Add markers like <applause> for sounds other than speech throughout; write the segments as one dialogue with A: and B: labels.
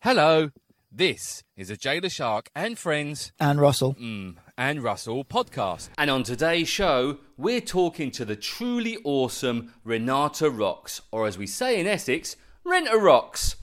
A: Hello, this is a Jailer Shark and Friends
B: And Russell.
A: Mm. and Russell podcast. And on today's show, we're talking to the truly awesome Renata Rocks, or as we say in Essex, Renta Rocks.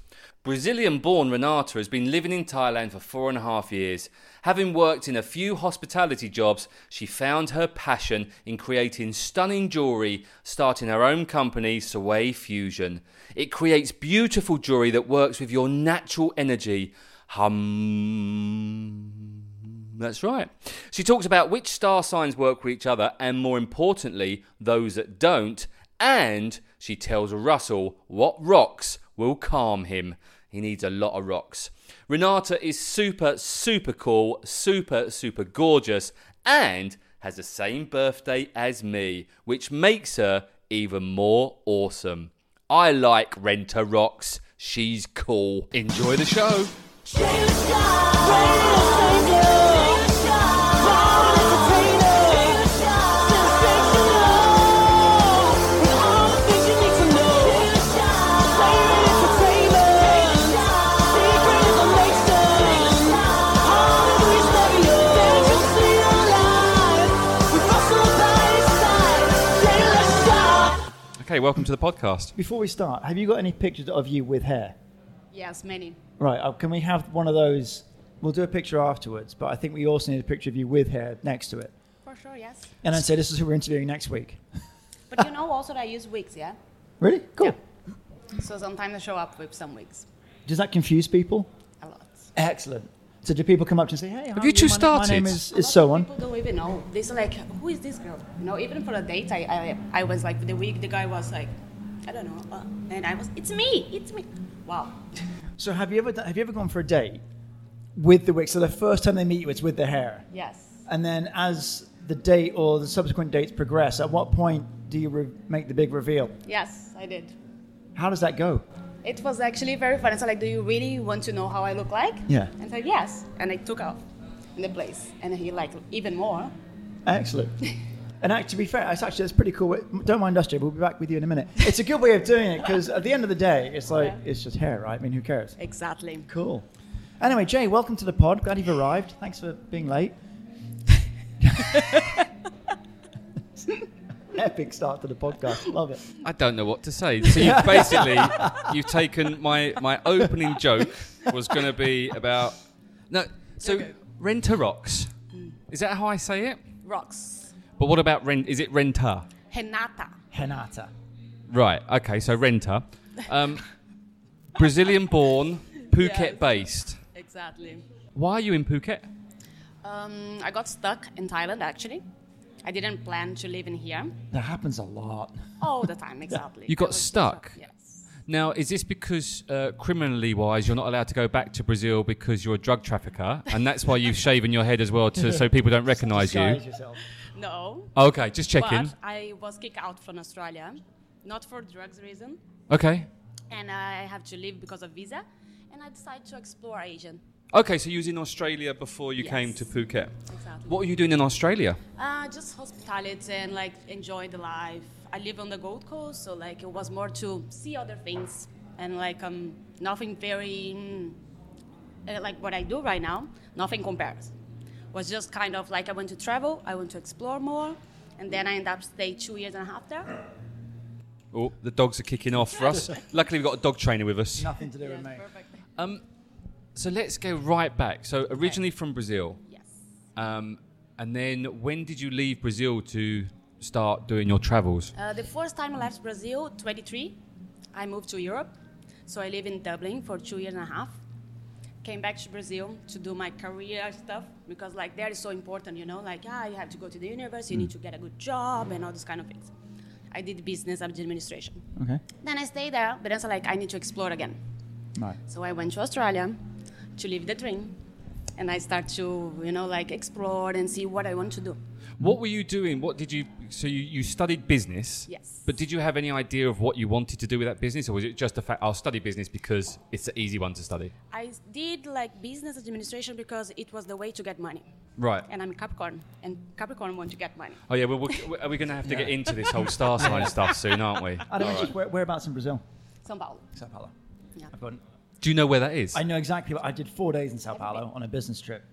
A: Brazilian born Renata has been living in Thailand for four and a half years. Having worked in a few hospitality jobs, she found her passion in creating stunning jewellery, starting her own company, Sway Fusion. It creates beautiful jewellery that works with your natural energy. Hum. That's right. She talks about which star signs work with each other and, more importantly, those that don't. And she tells Russell what rocks will calm him. He needs a lot of rocks. Renata is super, super cool, super, super gorgeous, and has the same birthday as me, which makes her even more awesome. I like Renta Rocks. She's cool. Enjoy the show.
C: Okay, welcome to the podcast.
B: Before we start, have you got any pictures of you with hair?
D: Yes, many.
B: Right, uh, can we have one of those? We'll do a picture afterwards, but I think we also need a picture of you with hair next to it.
D: For sure, yes.
B: And then say, this is who we're interviewing next week.
D: But you know also that I use wigs, yeah?
B: Really? Cool.
D: So sometimes I show up with some wigs.
B: Does that confuse people?
D: A lot.
B: Excellent. So do people come up to you and say, hey, how
A: Have
B: are
A: you two
B: my, My
A: started?
B: name is,
D: A lot
B: is so
D: of
B: on.
D: People don't even know. They say like, who is this girl? You know, even for a date, I, I, I was like, the wig, the guy was like, I don't know. Uh, and I was, it's me, it's me. Wow.
B: So have you ever done, have you ever gone for a date with the wig? So the first time they meet you, it's with the hair,
D: Yes.
B: and then as the date or the subsequent dates progress, at what point do you re- make the big reveal?
D: Yes, I did.
B: How does that go?
D: It was actually very fun. I said like, do you really want to know how I look like?
B: Yeah.
D: And I said, yes. And I took off in the place. And he liked even more.
B: Excellent. And actually, to be fair, it's actually it's pretty cool. Don't mind us, Jay. We'll be back with you in a minute. It's a good way of doing it because at the end of the day, it's like it's just hair, right? I mean, who cares?
D: Exactly.
B: Cool. Anyway, Jay, welcome to the pod. Glad you've arrived. Thanks for being
D: <laughs>
B: late. Epic start to the podcast. Love it.
A: I don't know what to say. So you've basically you've taken my my opening joke was going to be about no. So renter rocks. Is that how I say it?
D: Rocks.
A: But what about rent? Is it renter?
D: Renata.
B: Henata.
A: Right. Okay. So renter. Um, Brazilian born, Phuket based.
D: Exactly.
A: Why are you in Phuket?
D: Um, I got stuck in Thailand actually. I didn't plan to live in here
B: That happens a lot.
D: all the time, exactly.
A: You got
D: I was
A: stuck?
D: Yes.
A: Now, is this because uh, criminally wise you're not allowed to go back to Brazil because you're a drug trafficker, and that's why you've shaven your head as well to so people don't recognise you?
B: Disguise yourself.
D: No.
A: Okay, just checking.
D: But I was kicked out from Australia, not for drugs reason,
A: Okay.
D: and I have to leave because of visa. And I decided to explore Asia.
A: Okay, so you was in Australia before you came
D: Yes.
A: to Phuket.
D: Exactly.
A: What were you doing in Australia?
D: Uh, just hospitality and like enjoy the life. I live on the Gold Coast, so like it was more to see other things and like um nothing very mm, uh, like what I do right now. Nothing compares. Was just kind of like I want to travel, I want to explore more, and then I end up stay two years and a half there.
A: Oh, the dogs are kicking off for
D: <laughs>
A: us. Luckily, we've got a dog trainer with us.
B: Nothing to do with me.
D: Perfect.
A: So let's go right back. So originally from Brazil,
D: Yes.
A: um, and then when did you leave Brazil to start doing your travels?
D: Uh, the first time I left Brazil, 23, I moved to Europe. So I lived in Dublin for two years and a half. Came back to Brazil to do my career stuff because, like, there is so important, you know, like, ah, you have to go to the university, you need to get a good job, and all those kind of things. I did business administration.
B: Okay.
D: Then I stayed there, but then I was like, I need to explore again.
B: No.
D: So I went to Australia to live the dream, and I start to, you know, like, explore and see what I want to do.
A: What were you doing? What did you? So you, you studied business.
D: Yes.
A: But did you have any idea of what you wanted to do with that business, or was it just the fact I'll study business because it's the easy one to study?
D: I did like business administration because it was the way to get money.
A: Right.
D: And I'm a Capricorn, and Capricorn want to get money.
A: Oh yeah. Well, we're, are we going to have to get into this whole star
D: <laughs>
A: sign stuff soon, aren't we?
B: I don't know, just where, whereabouts in Brazil?
D: São Paulo.
B: Sao Paulo.
D: Yeah.
B: I've got
A: Do you know where that is?
B: I know exactly what I did four days in Sao Paulo on a business trip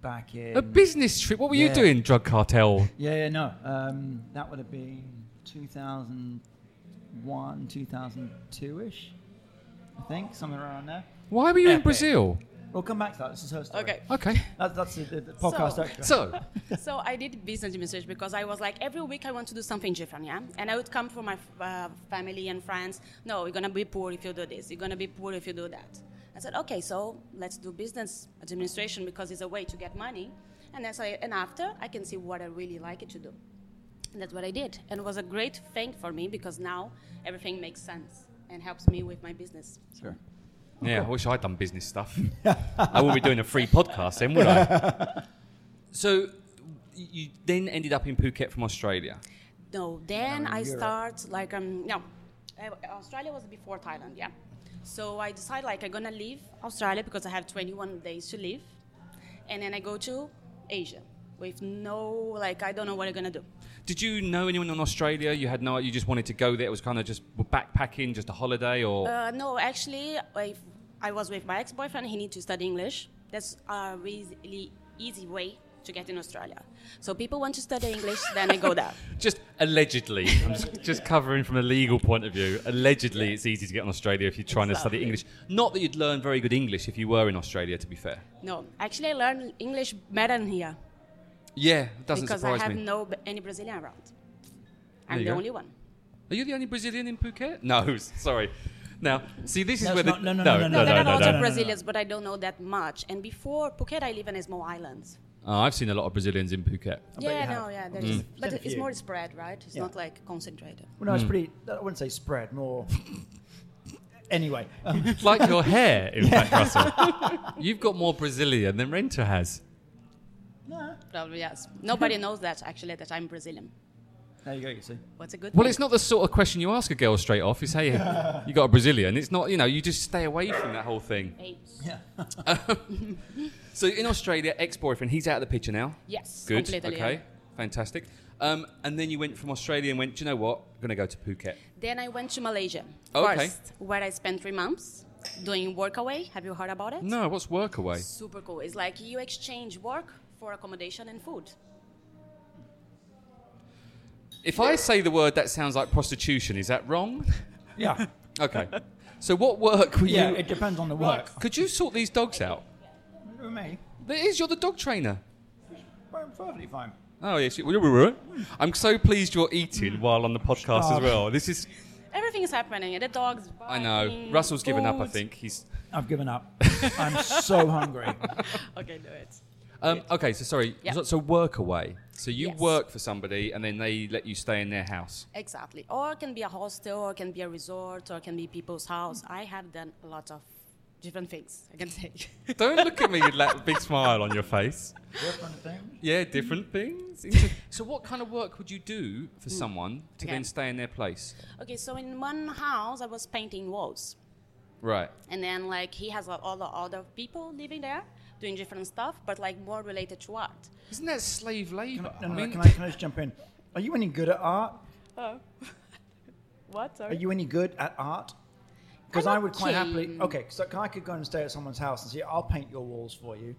B: back in.
A: A business trip. What were you
B: Yeah.
A: doing, drug cartel?
B: yeah, yeah, no. Um, that would have been 2001, 2002 ish, I think, somewhere around there.
A: Why were you in
B: Epic.
A: Brazil?
B: We'll come back to that. This is her story.
D: Okay.
A: Okay.
B: <laughs> That, that's the, the, the podcast
D: So-
B: extra.
A: So,
D: so I did business administration because I was like, every week I want to do something different, yeah? And I would come from my uh, family and friends, no, you're going to be poor if you do this, you're going to be poor if you do that. I said, okay, so let's do business administration because it's a way to get money. And, as I, and after, I can see what I really like it to do. And that's what I did. And it was a great thing for me because now everything makes sense and helps me with my business.
B: Sure.
A: yeah, I wish I'd done business <laughs> stuff. I wouldn't be doing a free podcast then, would I? <laughs> so, you then ended up in Phuket from Australia.
D: No, then
B: in
D: I
B: Europe.
D: start like um no, Uh, Australia was before Thailand, yeah. So I decide like I'm gonna leave Australia because I have 21 days to leave, and then I go to Asia with no like I don't know what I'm gonna do.
A: Did you know anyone in Australia? You had no. You just wanted to go there. It was kind of just backpacking, just a holiday, or
D: Uh, no, actually, I, I was with my ex-boyfriend. He needed to study English. That's a really easy way to get in Australia. So people want to study English, then I go
B: <laughs>
D: there.
A: just <laughs> allegedly. I'm just, just covering from a legal point of view. Allegedly, it's easy to get in Australia if you're trying to study
D: Exactly.
A: English. Not that you'd learn very good English if you were in Australia. To be fair.
D: No, actually, I learned English better than here.
A: Yeah, it doesn't
D: because
A: surprise
D: I have
A: me.
D: no b- any Brazilian around.
A: There
D: I'm
A: you
D: the
A: go.
D: only one.
A: Are you the only Brazilian in Phuket? No, <laughs> sorry. Now, see, this is
B: No,
A: where
B: it's
A: the
B: not- no, no, no,
D: No, there are
B: no,
D: lots
B: no,
D: of
B: no, no.
D: Brazilians, but I don't know that much. And before Phuket, I live in a small island.
A: Oh, I've seen a lot of Brazilians in Phuket.
B: bet you
D: yeah,
B: have.
D: no, yeah, there's, but
A: Mm.
B: Seen a
D: it's
B: few.
D: more spread, right? It's
B: Yeah.
D: not like concentrated.
B: Well,
A: Hmm.
B: no, it's pretty. I wouldn't say spread, more. <laughs> anyway. Um,
A: like your hair, in fact, Russell. You've got more Brazilian than Renter has.
B: no.
D: Probably yes. <laughs> Nobody knows that actually that I'm Brazilian.
B: There you go, you see.
D: What's a good?
A: Well,
D: thing.
A: it's not the sort of question you ask a girl straight off. Is hey, you got a Brazilian? It's not. You know, you just stay away from that whole thing.
D: Hey,
B: Yeah.
A: So in Australia, ex-boyfriend, he's out of the picture now.
D: Yes,
A: Good.
D: completely.
A: okay.
D: yeah.
A: Fantastic. Um, and then you went from Australia and went. Do you know what? I'm going to go to Phuket.
D: Then I went to Malaysia
A: Okay.
D: first, where I spent three months doing work away. Have you heard about it?
A: No, what's work away?
D: Super cool. It's like you exchange work for accommodation and food.
A: If I say the word, that sounds like prostitution. Is that wrong?
B: <laughs> Yeah.
A: Okay. <laughs> So what work were
B: yeah,
A: you?
B: it depends on the work.
A: Could you sort these dogs out?
B: For me,
A: There is. You're the dog trainer.
B: I'm perfectly fine.
A: Oh yes. you- I'm so pleased you're
B: Mm.
A: eating while on the podcast as
B: Stop.
A: well. This is.
D: Everything is happening. The dogs.
A: I know.
D: barking,
A: Russell's given up. I
D: food.
A: think he's.
B: I've given up. I'm <laughs> so hungry.
D: Okay, do it.
A: Um, okay. So sorry.
D: Yeah.
A: So, so work away. So you
D: Yes.
A: work for somebody and then they let you stay in their house.
D: Exactly. Or it can be a hostel, or it can be a resort, or it can be people's house. I have done a lot of different things, I can say. <laughs>
A: Don't look at me with that big smile on your face.
B: Different things.
A: Yeah, different
B: <laughs>
A: things. Inter- so what kind of work would you do for someone to
D: Okay.
A: then stay in their place?
D: okay, so in one house, I was painting walls.
A: Right.
D: And then, like, he has a- all the other people living there doing different stuff, but like more related to art.
A: Isn't that slave
B: Can
A: labour?
B: I, no, no, can, I, can I just jump in? Are you any good at art?
D: Oh. <laughs> what?
B: Are you any good at art? Because I
D: I'm
B: would quite
D: okay.
B: happily. Okay, so I could go and stay at someone's house and say, I'll paint your walls for you.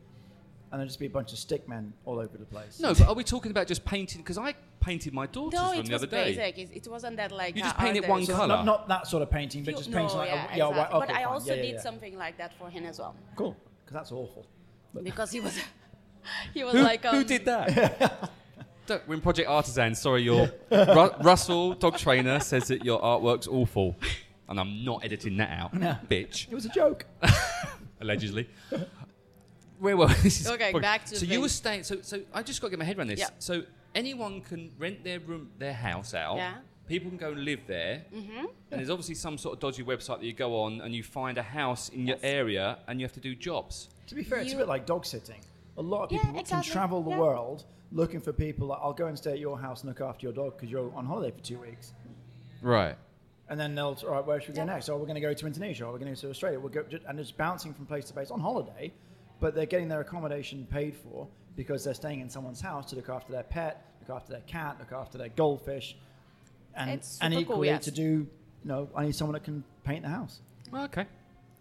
B: And there'd just be a bunch of stick men all over the place.
A: No, but are we talking about just painting? Because I painted my daughter's
D: No,
A: room
D: it
A: the other
D: was
A: day.
D: basic. It, it wasn't that like.
A: You just
D: uh,
A: paint it
D: art
A: one
D: that-
B: So
A: colour.
B: Not, not that sort of painting, but
D: Few-
B: just
D: no,
B: painting like
D: yeah,
B: a, yeah, white.
D: exactly.
B: Okay,
D: but I
B: fine.
D: also
B: yeah, yeah,
D: did
B: yeah.
D: something like that for him as well,
B: Cool, because that's awful.
D: because he was, <laughs> he was
A: Who,
D: like, um,
A: who did that? Don't- We're in Project Artisan. Sorry, your Ru- Russell, dog trainer, says that your artwork's awful, and I'm not editing that out,
B: No.
A: bitch.
B: It was a joke.
A: Allegedly. <laughs> Where were we? This is
D: Okay,
A: probably-
D: back to
A: So
D: the
A: you
D: thing.
A: were staying. So, so I just got to get my head around this.
D: Yeah.
A: So anyone can rent their room, their house out.
D: Yeah.
A: People can go and live there. Mm-hmm. And there's obviously some sort of dodgy website that you go on and you find a house in your
D: Yes.
A: area and you have to do jobs.
B: To be fair, it's a
D: You-
B: bit like dog sitting. A lot of
D: Yeah,
B: people
D: exactly.
B: can travel the
D: Yeah.
B: world looking for people. Like, I'll go and stay at your house and look after your dog because you're on holiday for two weeks.
A: Right.
B: And then they'll, all right, where should we go
D: Yeah.
B: next? Oh, we're going to go to Indonesia or we're going to go to Australia. We'll go, and it's bouncing from place to place on holiday, but they're getting their accommodation paid for because they're staying in someone's house to look after their pet, look after their cat, look after their goldfish. And,
D: It's
B: and
D: super cool,
B: equally
D: yes.
B: to do, you know, I need someone that can paint the house.
A: Okay.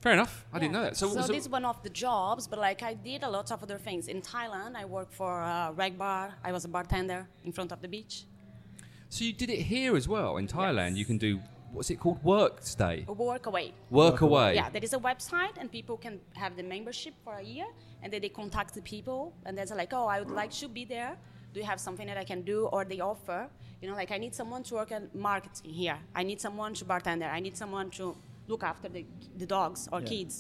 C: Fair enough. I didn't
D: Yeah.
C: know that. So,
D: so,
C: so-
D: this is one of the jobs, but like I did a lot of other things. In Thailand, I worked for a rag bar. I was a bartender in front of the beach.
C: so you did it here as well in Thailand. You can do what's it called? Work stay.
D: Work away.
C: Work away.
D: Yeah, there is a website, and people can have the membership for a year, and then they contact the people, and they're like, "Oh, I would like to be there. Do you have something that I can do, or they offer? You know, like I need someone to work on marketing here. I need someone to bartender. I need someone to look after the, the dogs or
B: Yeah.
D: kids.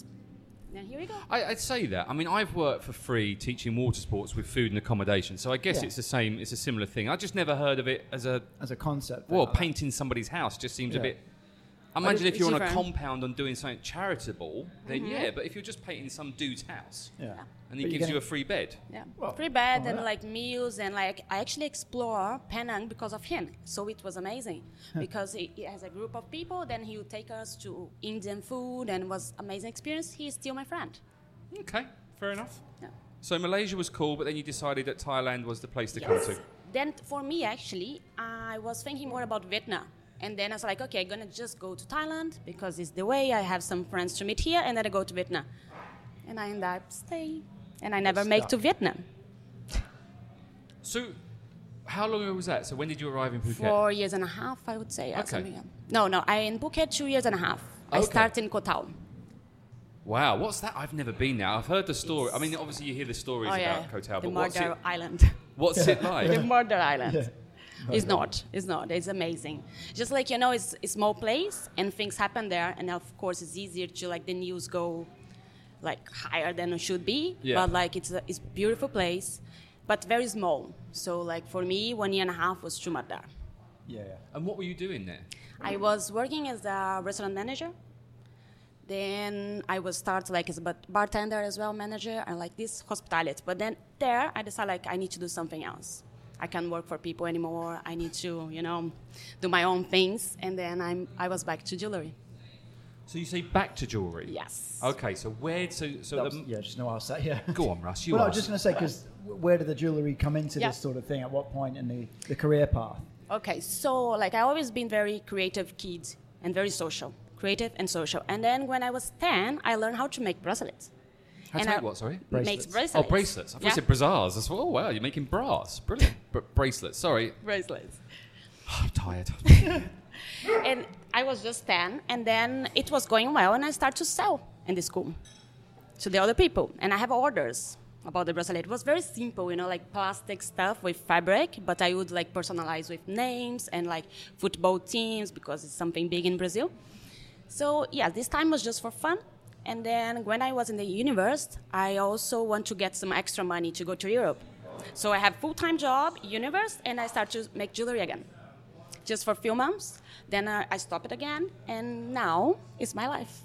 D: Then here we go.
C: I, I'd say that. I mean, I've worked for free teaching water sports with food and accommodation, so I guess
B: Yeah.
C: it's the same. It's a similar thing. I just never heard of it as a
B: as a concept.
C: well.
B: like that.
C: Painting somebody's house just seems a
B: Yeah.
C: bit. I imagine
D: it's
C: if you're on a
D: different.
C: compound and doing something charitable, then yeah. But if you're just painting some dude's house
B: Mm-hmm. Yeah.
C: and he
B: But you're
C: gives
B: gonna-
C: you a free bed,
D: Yeah,
B: Well,
D: pretty bad
B: why
D: and
B: not?
D: like meals and like I actually explore Penang because of him. So it was amazing because he, he has a group of people. Then he would take us to Indian food and was amazing experience. He is still my friend.
C: okay, fair enough.
D: Yeah.
C: So Malaysia was cool, but then you decided that Thailand was the place to
D: Yes.
C: come to.
D: Then for me actually, I was thinking more about Vietnam. And then I was like, okay, I'm gonna just go to Thailand because it's the way. I have some friends to meet here, and then I go to Vietnam, and I end up staying, and I never make to
B: stuck.
D: Vietnam.
C: So, how long ago was that? So when did you arrive in Phuket?
D: four years and a half, I would say. or
C: Okay.
D: something. No, no, I in Phuket two years and a half. I
C: Okay.
D: start in Koh Tao.
C: Wow, what's that? I've never been now. I've heard the story. I mean, obviously you hear the stories
D: oh yeah,
C: about Koh Tao,
D: the
C: but what's it,
D: murder island. <laughs>
C: what's
B: <laughs>
C: it like?
D: the
C: <laughs>
D: murder island. It's not. It's not. It's amazing. Just like you know, it's a small place and things happen there, and of course, it's easier to like the news go like higher than it should be.
C: Yeah.
D: But like it's a it's beautiful place, but very small. So like for me, one year and a half was too much there.
B: Yeah, yeah.
C: And what were you doing there?
D: I was working as a restaurant manager. Then I was start like as a bar- bartender as well, manager, and like this hospitality. But then there, I decided like I need to do something else. I can't work for people anymore. I need to, you know, do my own things. And then I'm I was back to jewelry.
C: So you say back to jewelry.
D: Yes.
C: Okay, so where? So so
B: That was-
C: the,
B: yeah, just know what I was saying. Yeah.
C: Um, go on, Russ.
B: <laughs>
C: You
B: Well, I
C: are
B: was just going to say, because where did the jewellery come into
D: Yeah.
B: this sort of thing? At what point in the, the career path?
D: Okay, so like I always been very creative kid and very social, creative and social. And then when I was ten, I learned how to make bracelets.
C: How to
D: and
C: make
D: I-
C: what? Sorry.
D: Makes
B: Bracelets.
D: bracelets.
C: Oh, bracelets. I thought you
D: Yeah.
C: said brassards. I thought, oh wow, you're making bras. Brilliant. Br-
B: <sighs>
C: bracelets. Sorry,
D: bracelets.
C: I'm tired.
D: and I was just 10, and then it was going well, and I started to sell in the school to the other people, and I have orders about the bracelet. It was very simple, you know, like plastic stuff with fabric, but I would like personalize with names and like football teams because it's something big in Brazil. So yeah, this time was just for fun. And then when I was in the university, I also want to get some extra money to go to Europe. So I have full-time job, university, and I start to make jewelry again just for a few months. Then uh, I stop it again, and now it's my life.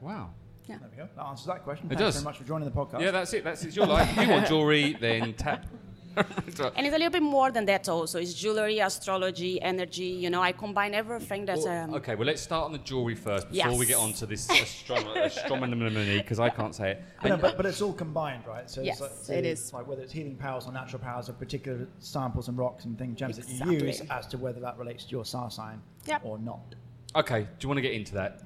C: wow.
B: There we go. That answers that question.
C: It
B: Thanks
C: does.
B: very much for joining the podcast.
C: Yeah, that's it. That's it's
B: <laughs>
C: your life. If you want jewelry, then tap. That's right.
D: <laughs> And it's a little bit more than that also. It's jewelry, astrology, energy. You know, I combine everything that's.
C: Well,
D: Um,
C: okay, well, let's start on the jewelry first before we
D: Yes.
C: get on to this
D: <laughs>
C: astronomy because I can't say it.
B: But, no, but, but it's all combined, right? So
D: uh, Yes,
B: it's like,
D: it is.
B: Like whether it's healing powers or natural powers or particular samples and rocks and things, gems that you
D: Exactly.
B: use, as to whether that relates to your star sign
D: Yep.
B: or not.
C: Okay, do you want to get into that?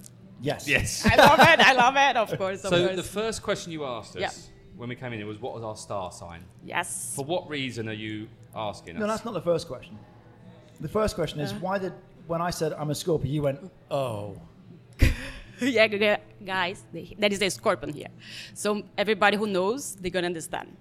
B: Yes.
C: Yes.
D: I love it. I love it.
B: <laughs>
D: Of course. Of
C: So
D: course.
C: the first question you asked us
D: Yeah.
C: when we came in was, "What was our star sign?"
D: yes. <laughs>
C: For what reason are you asking us?
B: No, that's not the first question. The first question
D: Uh.
B: is why did when I said I'm a Scorpio, you went, oh,
D: yeah, gu- gu- guys, they- that is a scorpion here. So everybody who knows, they're gonna understand.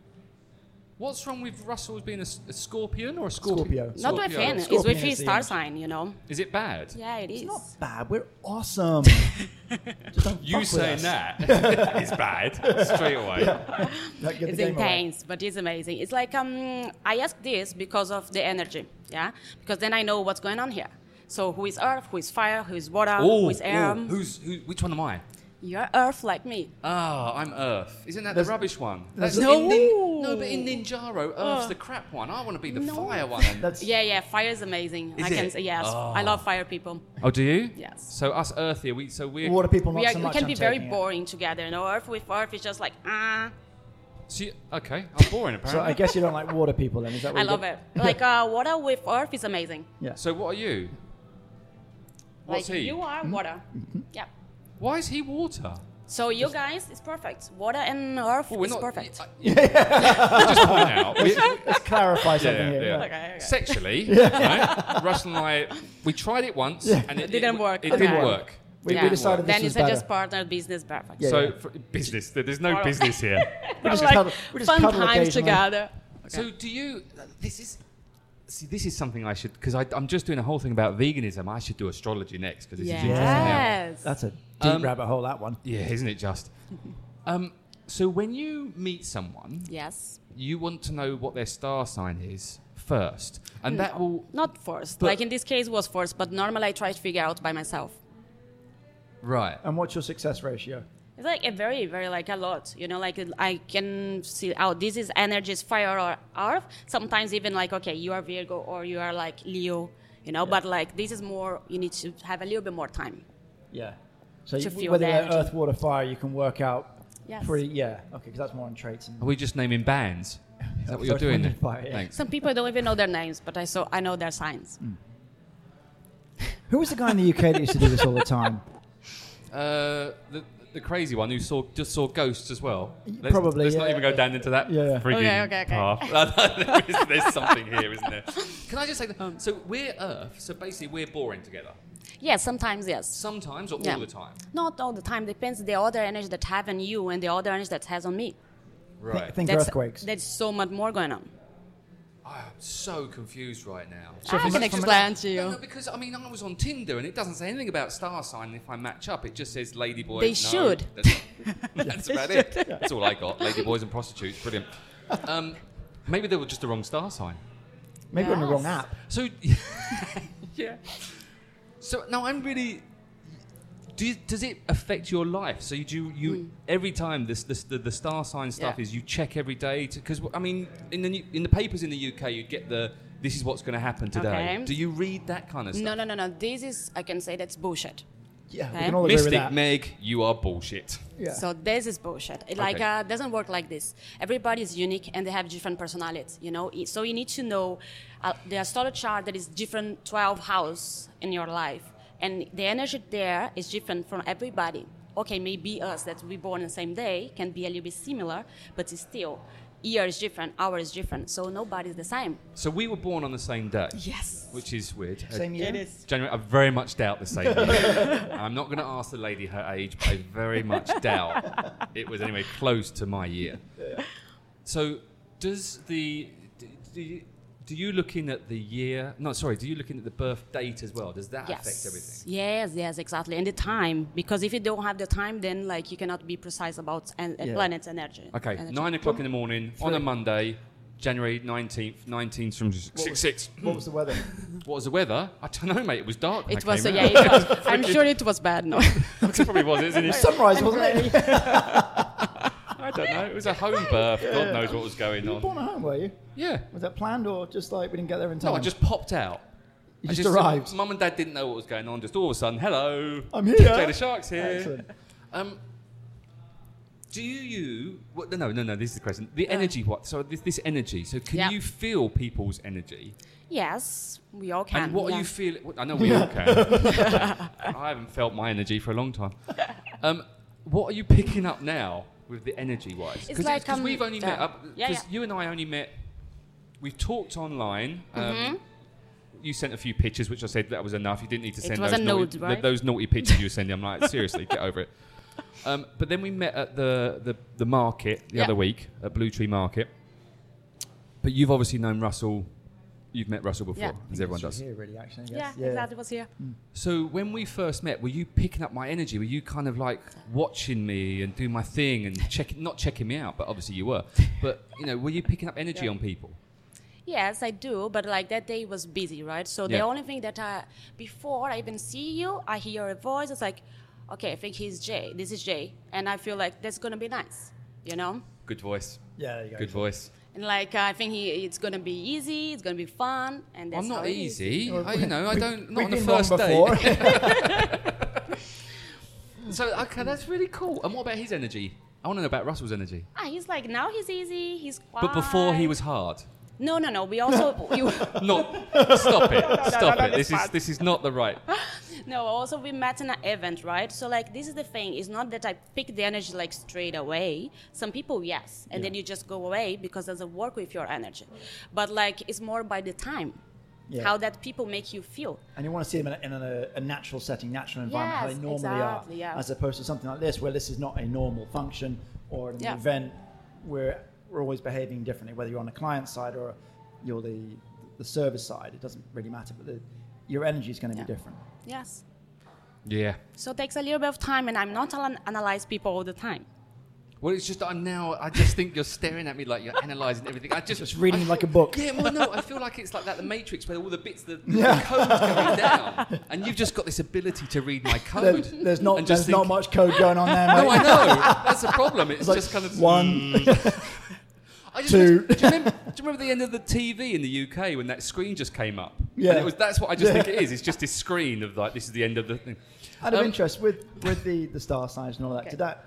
C: What's wrong with Russell as being a, s- a scorpion or a
B: Scorpio.
C: scorpion?
D: Not with him. It's
B: Scorpion
D: with his
B: is the
D: star
B: image.
D: sign. You know.
C: Is it bad?
D: Yeah, it is.
B: it's not bad. We're
D: <laughs>
B: awesome. Just don't fuck
C: You
B: with
C: saying
B: us.
C: that
B: <laughs>
C: is bad straight away.
B: Don't give the
D: it's
B: game away.
D: intense, but it's amazing. It's like um, I ask this because of the energy, yeah. Because then I know what's going on here. So who is earth? Who is fire? Who is water?
C: Ooh,
D: who is air? Um,
C: ooh, who's who, which one am I?
D: You're earth like me.
C: Ah, I'm Earth. Isn't that
B: There's-
C: the rubbish one?
B: there's-
C: in Nin- no, but in Ninjaro, Earth's the crap one. I want to be the fire one.
B: <laughs> That's
D: Yeah, yeah. Fire is amazing.
C: Is
D: I can
C: it?
D: say yes. I love fire people.
C: oh, do you?
D: Yes.
C: So us Earthy, we so we're
B: water people not
D: We, are,
B: so
D: we
B: much.
D: can
B: I'm
D: be very
B: taking it.
D: boring together. You know, earth with earth is just like ah.
C: so you- okay. I'm boring
B: So I
C: apparently.
B: guess you don't like water people then. Is
D: <laughs>
B: that what
D: I
B: you
D: love
B: did?
D: it. Like uh, water with earth is amazing.
B: Yeah.
C: So, what are you? What's
D: like
C: he?
B: Hmm? <laughs>
D: you are water. yeah.
C: Why is he water?
D: So you guys, it's perfect. Water and earth
A: Well, we're
D: is
A: not-
D: perfect.
A: I-
B: <laughs>
C: Point out, <laughs> we-
B: Let's clarify something here.
C: yeah.
B: yeah.
D: okay, okay. <laughs>
C: sexually, right? Russell and I, we tried it once, and it,
D: Didn't work.
C: It
D: Okay.
C: didn't work.
B: We,
D: Yeah.
B: we decided this
D: then
B: was
D: it's
B: better.
D: just partner business perfect.
B: Yeah,
C: so
B: yeah.
C: For business, there's no business
D: <laughs>
C: here.
B: We just
D: like,
B: cuddle- we just
D: fun
B: cuddle
D: times
B: occasionally.
D: together.
C: So do you? This is. See, this is something I should because I'm just doing a whole thing about veganism. I should do astrology next because this is interesting. now.
D: Yes.
B: That's a deep
C: Um,
B: rabbit hole. That one.
C: Yeah, isn't it just?
D: <laughs>
C: Um, so when you meet someone,
D: Yes.
C: you want to know what their star sign is first,
D: Hmm.
C: and that will
D: Not forced.
C: But-
D: like in this case, was forced. But normally, I try to figure out by myself.
C: right.
B: And what's your success ratio?
D: It's like a very, very like a lot. You know, like I can see oh, this is energy, is fire or earth. Sometimes even like okay, you are Virgo or you are like Leo. You know, but like this is more. You need to have a little bit more time.
B: Yeah. So
D: To
B: you,
D: feel
B: whether
D: the
B: you're
D: energy.
B: earth, water, fire, you can work out.
D: Yes.
B: Pretty, yeah. Okay, because that's more on traits. And
C: Are we just naming bands? Is that what you're
B: Sorry,
C: doing? Then?
B: fire, yeah.
C: Thanks.
D: Some people don't even know their names, but I saw I know their signs.
C: Mm.
B: Who was the guy in the UK that used to do this all the
D: <laughs>
B: time?
C: Uh, the, the crazy one who saw just saw ghosts as well. Let's,
B: Probably,
C: Let's
B: yeah,
C: not even go
B: yeah.
C: down into that
B: Yeah, yeah.
C: freaking
D: Okay, okay, okay.
C: path. <laughs> there's, there's something here, isn't there? Can I just say that? um, so we're Earth. So basically, we're boring together.
D: Yes, sometimes yes.
C: Sometimes or
D: Yeah.
C: all the time.
D: Not all the time. Depends the other energy that have on you and the other energy that has on me.
B: Th-
C: Right.
B: Think
D: That's-
B: earthquakes.
D: There's so much more going on.
C: I'm so confused right now.
D: I can explain to
C: No,
D: you.
C: no, because I mean, I was on Tinder and it doesn't say anything about star sign. If I match up, it just says ladyboy.
D: They
C: no.
D: should. <laughs>
C: That's, <laughs> that's about it. That's all I got. Ladyboys and prostitutes. Brilliant. Um, maybe they were just the wrong star sign.
B: Maybe we're on the
D: Yes.
B: wrong app.
C: <laughs> So, yeah. So now I'm really. Do you- does it affect your life? So you do you every time this, this the, the star sign stuff
D: Mm. Yeah.
C: is you check every day because I mean in the new- in the papers in the UK you'd get the this is what's going to happen today.
D: Okay.
C: Do you read that kind of stuff?
D: No, no, no, no. This is I can say that's bullshit.
B: Yeah, we
D: Okay.
B: can all agree with
C: Mystic
B: that.
C: Meg, you are bullshit.
B: Yeah.
D: So this is bullshit. It, Like,
C: Okay.
D: uh, doesn't work like this. Everybody is unique and they have different personalities, you know? I- So you need to know uh, the astrology chart that is different 12 house in your life. And the energy there is different from everybody. Okay, maybe us that we born the same day can be a little bit similar, but it's still, year is different, hour is different. So nobody's the same.
C: So we were born on the same day.
D: Yes.
C: Which is weird. Uh,
B: Same year.
C: January, I very much doubt the same. year. I'm not going to ask the lady her age, but I very much doubt it was anyway close to my year. So, does the do, do, you, do you look in at the year? No, sorry. Do you look in at the birth date as well? Does that affect everything?
D: Yes, yes, exactly. And the time, because if you don't have the time, then like you cannot be precise about an, a
B: Yeah.
D: planet's energy.
C: Okay,
D: energy.
C: nine o'clock in the morning on a Monday, January nineteenth, nineteen from
B: was-
C: six six.
B: What was the
D: <laughs>
B: weather? <laughs>
C: What was the weather? I don't know, mate. It was dark. when
D: It
C: I
D: was,
C: came
D: yeah,
C: out.
D: it
C: <laughs>
D: was. I'm sure it was bad. No, <laughs>
C: it probably was, isn't it?
B: Sunrise, wasn't it?
C: <laughs> I don't know. It was a home birth. God knows what was going
B: You were
C: on.
B: born at home, were you?
C: Yeah.
B: Was that planned or just like we didn't get there in time?
C: No, I just popped out.
B: Oh. you
C: I
B: just, arrived.
C: Mum and Dad didn't know what was going on. Just all of a sudden, hello.
B: I'm here.
C: Jay the Shark's here.
B: Excellent.
C: Um, do you? What, no, no, no. This is the question. The energy. What? So this, this energy. So can
D: Yeah.
C: you feel people's energy?
D: yes, we all can.
C: and what
D: yeah.
C: are you feeling? I know we all can. I haven't felt my energy for a long time. Um, what are you picking up now with the energy wise?
D: It's
C: Because
D: like, um,
C: we've only met
D: yeah.
C: up. Because
D: Yeah, yeah.
C: you and I only met. We've talked online. Um,
D: Mm-hmm.
C: You sent a few pictures, which I said that was enough. You didn't need to
D: It
C: send
D: was
C: those,
D: a
C: naughty,
D: nude,
C: th-
D: right?
C: those naughty pictures you were sending. I'm like, seriously, get over it. Um, but then we met at the, the, the market the
D: Yeah.
C: other week at Blue Tree Market. But you've obviously known Russell. You've met Russell before,
D: Yeah.
C: as everyone
B: It's
C: does.
B: Here, really, actually. I guess.
D: Yeah, exactly. Was here.
C: So when we first met, were you picking up my energy? Were you kind of like watching me and doing my thing and checking, not checking me out, but obviously you were. But you know, were you picking up energy on people?
D: Yes, I do. But like that day was busy, right? So the
C: Yeah.
D: only thing that I before I even see you, I hear a voice. It's like, okay, I think he's Jay. This is Jay, and I feel like that's gonna be nice, you know.
C: Good voice.
B: Yeah, there you go.
C: Good voice.
D: And like I think he, it's gonna be easy. It's gonna be fun. And that's
C: I'm
D: how
C: not
D: it is.
C: easy. I, you know, I don't. Not
B: We've
C: on the
B: been
C: first
B: wrong before.
C: date. <laughs> So okay, that's really cool. And what about his energy? I want to know about Russell's energy.
D: Ah, he's like now he's easy. He's quiet.
C: But before he was hard.
D: No,
C: <laughs>
D: no, no. We <laughs> also you,
B: <laughs>
C: Not. Stop it. Stop it. This is this is not the right.
D: No, also we met in an event, right? So like this is the thing. It's not that I pick the energy like straight away. Some people yes, and then you just go away because it doesn't work with your energy. But like it's more by the time,
B: Yeah.
D: how that people make you feel.
B: And you want to see them in, a, in a, a natural setting, natural environment, how
D: Yes,
B: they normally
D: exactly,
B: are,
D: yeah.
B: as opposed to something like this, where this is not a normal function or an
D: Yeah.
B: event where we're always behaving differently, whether you're on the client side or you're the, the service side. It doesn't really matter, but the, your energy is going to
D: Yeah.
B: be different.
D: Yes.
C: Yeah.
D: So it takes a little bit of time, and I'm not an- analyze people all the time.
C: Well, it's just I'm now. I just think you're staring at me like you're analysing everything. I just
B: Just reading
C: I
B: like a
C: feel-
B: book.
C: Yeah, well, no, I feel like it's like that, the Matrix, where all the bits, the, the code's going down, and you've just got this ability to read my
B: There-
C: code.
D: <laughs>
B: there's not,
C: and
B: there's
C: just
B: not
C: think,
B: much code going on there, mate. <laughs>
C: <laughs> No, I know. That's the problem. It's,
B: like
C: just Mm. kind of
B: one.
C: I just
B: two.
C: do, you remember, do you remember the end of the TV in the UK when that screen just came up?
B: Yeah.
C: And it was, that's what I just
B: Yeah.
C: think it is. It's just this screen of like this is the end of the thing.
B: Out of
C: Um,
B: interest, with with the the star signs and all that,
D: Okay.
B: did that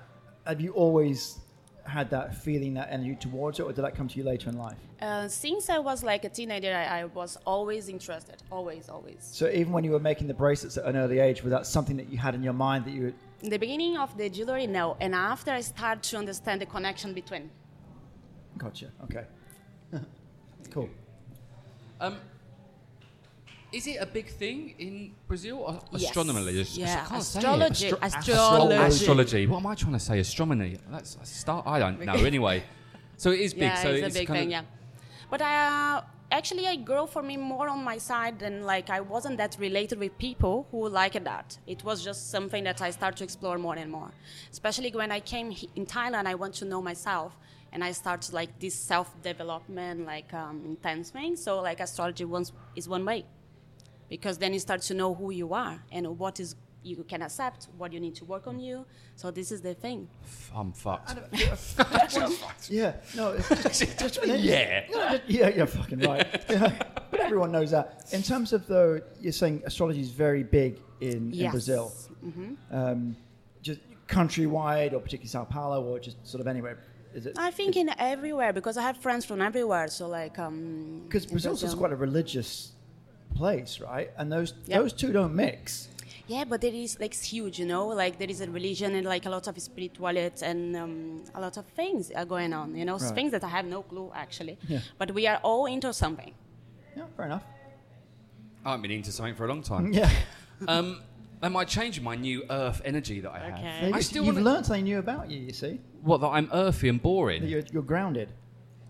B: have you always had that feeling, that energy towards it, or did that come to you later in life?
D: Uh, since I was like a teenager, I, I was always interested, always, always.
B: So even when you were making the bracelets at an early age, was that something that you had in your mind that you? Would,
D: In the beginning of the jewelry, no, and after I start to understand the connection between.
B: gotcha. Okay. <laughs> cool.
C: Um, is it a big thing in Brazil? Or
D: Yes.
C: Astronomically, as-
D: yeah,
C: I can't say it.
D: astrology,
C: Astro-
D: astrology,
C: astrology. What am I trying to say? Astronomy. That's a start. I don't know. Anyway, so it is big.
D: Yeah,
C: so
D: it's, a big
C: kind
D: thing.
C: of,
D: Yeah, but I, uh, actually I grow for me more on my side than like I wasn't that related with people who liked that. It was just something that I start to explore more and more. Especially when I came he- in Thailand, I want to know myself, and I started like this self development like um, intense thing. So like astrology once is one way, because then you start to know who you are and what is you can accept, what you need to work on you. So this is the thing.
C: I'm fucked. <laughs>
B: Yeah. No. It's just, just an interest-
C: Yeah.
B: No, just- yeah. You're fucking right. but everyone knows that. In terms of though, you're saying astrology is very big in, in
D: Yes. Mm-hmm.
B: Brazil. um, just countrywide or particularly Sao Paulo or just sort of anywhere? Is it?
D: I think in everywhere because I have friends from everywhere. So like, um,
B: Because
D: in
B: Brazil's just
D: Brazil.
B: quite a religious place, right? And those
D: Yeah.
B: those two don't mix.
D: yeah, but there is like it's huge, you know, like there is a religion and like a lot of spirituality and um, a lot of things are going on, you know,
B: Right.
D: things that I have no clue actually.
B: Yeah.
D: But we are all into something.
B: Yeah, fair enough. <laughs>
C: I haven't been into something for a long time.
B: Yeah,
C: Um, I might change my new Earth energy that I have.
D: Okay.
B: Maybe
C: I
B: you-
C: still
B: you've
C: wanna-
B: learned something new about you. You see,
C: What that I'm earthy and
B: that
C: boring.
B: you're, you're grounded.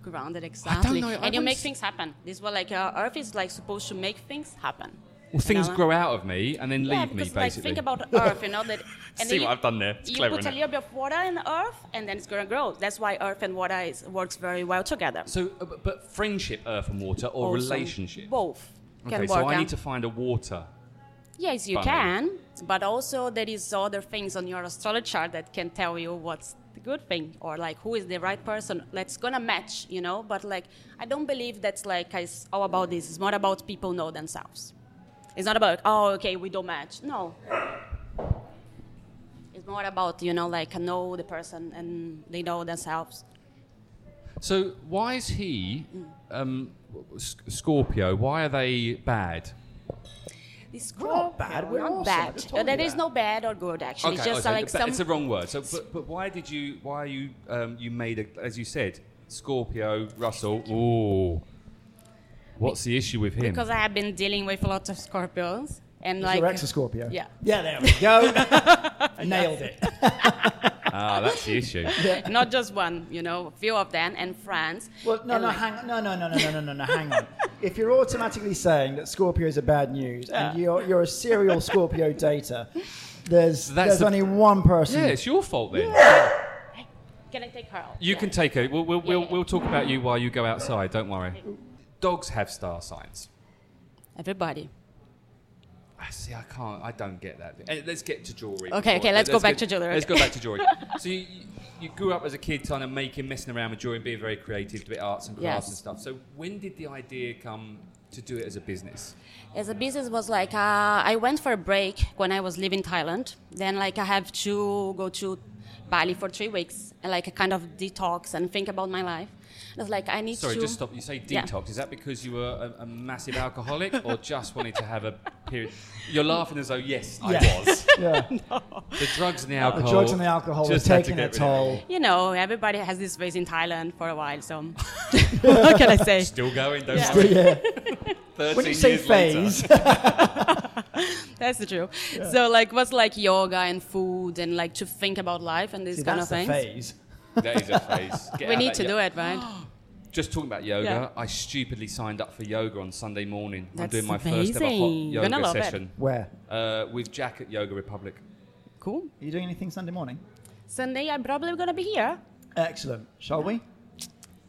D: Grounded exactly,
C: know, I
D: and you
C: don't
D: make
C: s-
D: things happen. This was like uh, Earth is like supposed to make things happen.
C: Well, things
D: Alan?
C: grow out of me and then
D: yeah,
C: leave me,
D: because
C: basically.
D: like think
C: <laughs>
D: about Earth, you know that. And
C: See
D: then
C: what
D: you-
C: I've done there. It's
D: you
C: clever,
D: put a
C: innit?
D: little bit of water in the Earth, and then it's gonna grow. That's why Earth and water is, works very well together.
C: So, uh, but- but friendship, earth and water, or
D: also.
C: relationship?
D: Both can
C: okay,
D: work.
C: so I
D: out.
C: need to find a water.
D: yes, you
C: Bunny.
D: can, but also there is other things on your astrology chart that can tell you what's the good thing or like who is the right person that's gonna match, you know. But like, I don't believe that's like it's all about this. It's more about people know themselves. It's not about oh, okay, we don't match. No. It's more about you know like know the person and they know themselves.
C: So, why is he, um, S- Scorpio? Why are they bad?
D: This
B: We're not bad, we're
D: not
B: awesome, I
D: bad.
B: just told
D: There
B: you
D: is
B: that.
D: no bad or good actually.
C: Okay,
D: it's just
C: oh, so
D: like
C: ba-
D: some
C: it's the wrong word. So, but, but why did you? Why are you? Um, you made a, as you said, Scorpio, Russell. Ooh, what's the issue with him?
D: because I have been dealing with a lot of Scorpions and like
B: Your ex is Scorpio.
D: yeah.
B: <laughs> Yeah, there we go. <laughs> Nailed it.
C: ah, that's
D: <laughs>
C: the issue.
D: not just one, you know, a few of them and friends.
B: Well, no,
D: and
B: no,
D: like-
B: hang on. No, no, no, no, no, no, no, no, hang on. If you're automatically saying that Scorpios are bad news and you're, you're a serial Scorpio dater, there's,
C: That's
B: there's
C: the-
B: only one person.
C: Yeah, it's your fault then.
D: Can I take her out?
C: You
D: Yeah.
C: can take it. We'll, we'll,
D: Yeah,
C: we'll,
D: yeah.
C: we'll talk about you while you go outside. Don't worry. Dogs have star signs.
D: everybody.
C: I Ah, see. I can't. I don't get that. Eh, Let's get to jewelry.
D: Okay, okay, let's go back to jewelry.
C: Let's go back to
D: <laughs>
C: jewelry. so you, you- you grew up as a kid, kind of making, messing around with jewelry, being very creative, a bit arts and crafts
D: Yes.
C: and stuff. So when did the idea come to do it as a business?
D: As a business was like uh, I went for a break when I was leaving Thailand. Then like I have to go to Bali for three weeks and like a kind of detox and think about my life. I was like, I need
C: Sorry,
D: to.
C: just stop. You say
D: Yeah.
C: detox. Is that because you were a, a massive alcoholic or just wanted to have a period? You're laughing as though, yes,
B: Yeah.
C: I was.
B: <laughs> Yeah.
C: The drugs and the
B: The
C: alcohol.
B: drugs and the alcohol was
C: just had to
B: taking
C: get
B: a
C: rid of
B: toll.
D: You know, everybody has this phase in Thailand for a while,
C: <laughs>
D: so <laughs> what can I say?
C: it. Still going, don't
D: Yeah.
C: worry.
B: <laughs> Yeah.
C: 13
B: When you say
C: years later.
B: <laughs> phase,
D: That's the truth. So like, was like yoga and food and like to think about life and these
B: see,
D: kind
B: that's
D: of
B: the
D: things.
B: phase.
C: That is a
B: <laughs>
C: phase. Get
D: We
C: out
D: need
C: that
D: to
C: yo-
D: do it,
B: <gasps>
D: right?
C: Just talking about yoga,
D: Yeah.
C: I stupidly signed up for yoga on Sunday morning.
D: That's
C: I'm doing my first ever hot
D: amazing. You're
C: yoga
D: gonna love it.
C: session
B: Where?
C: uh, with Jack at Yoga Republic.
D: Cool.
B: Are you doing anything Sunday morning?
D: Sunday, I'm probably gonna be here.
B: Excellent. Shall we?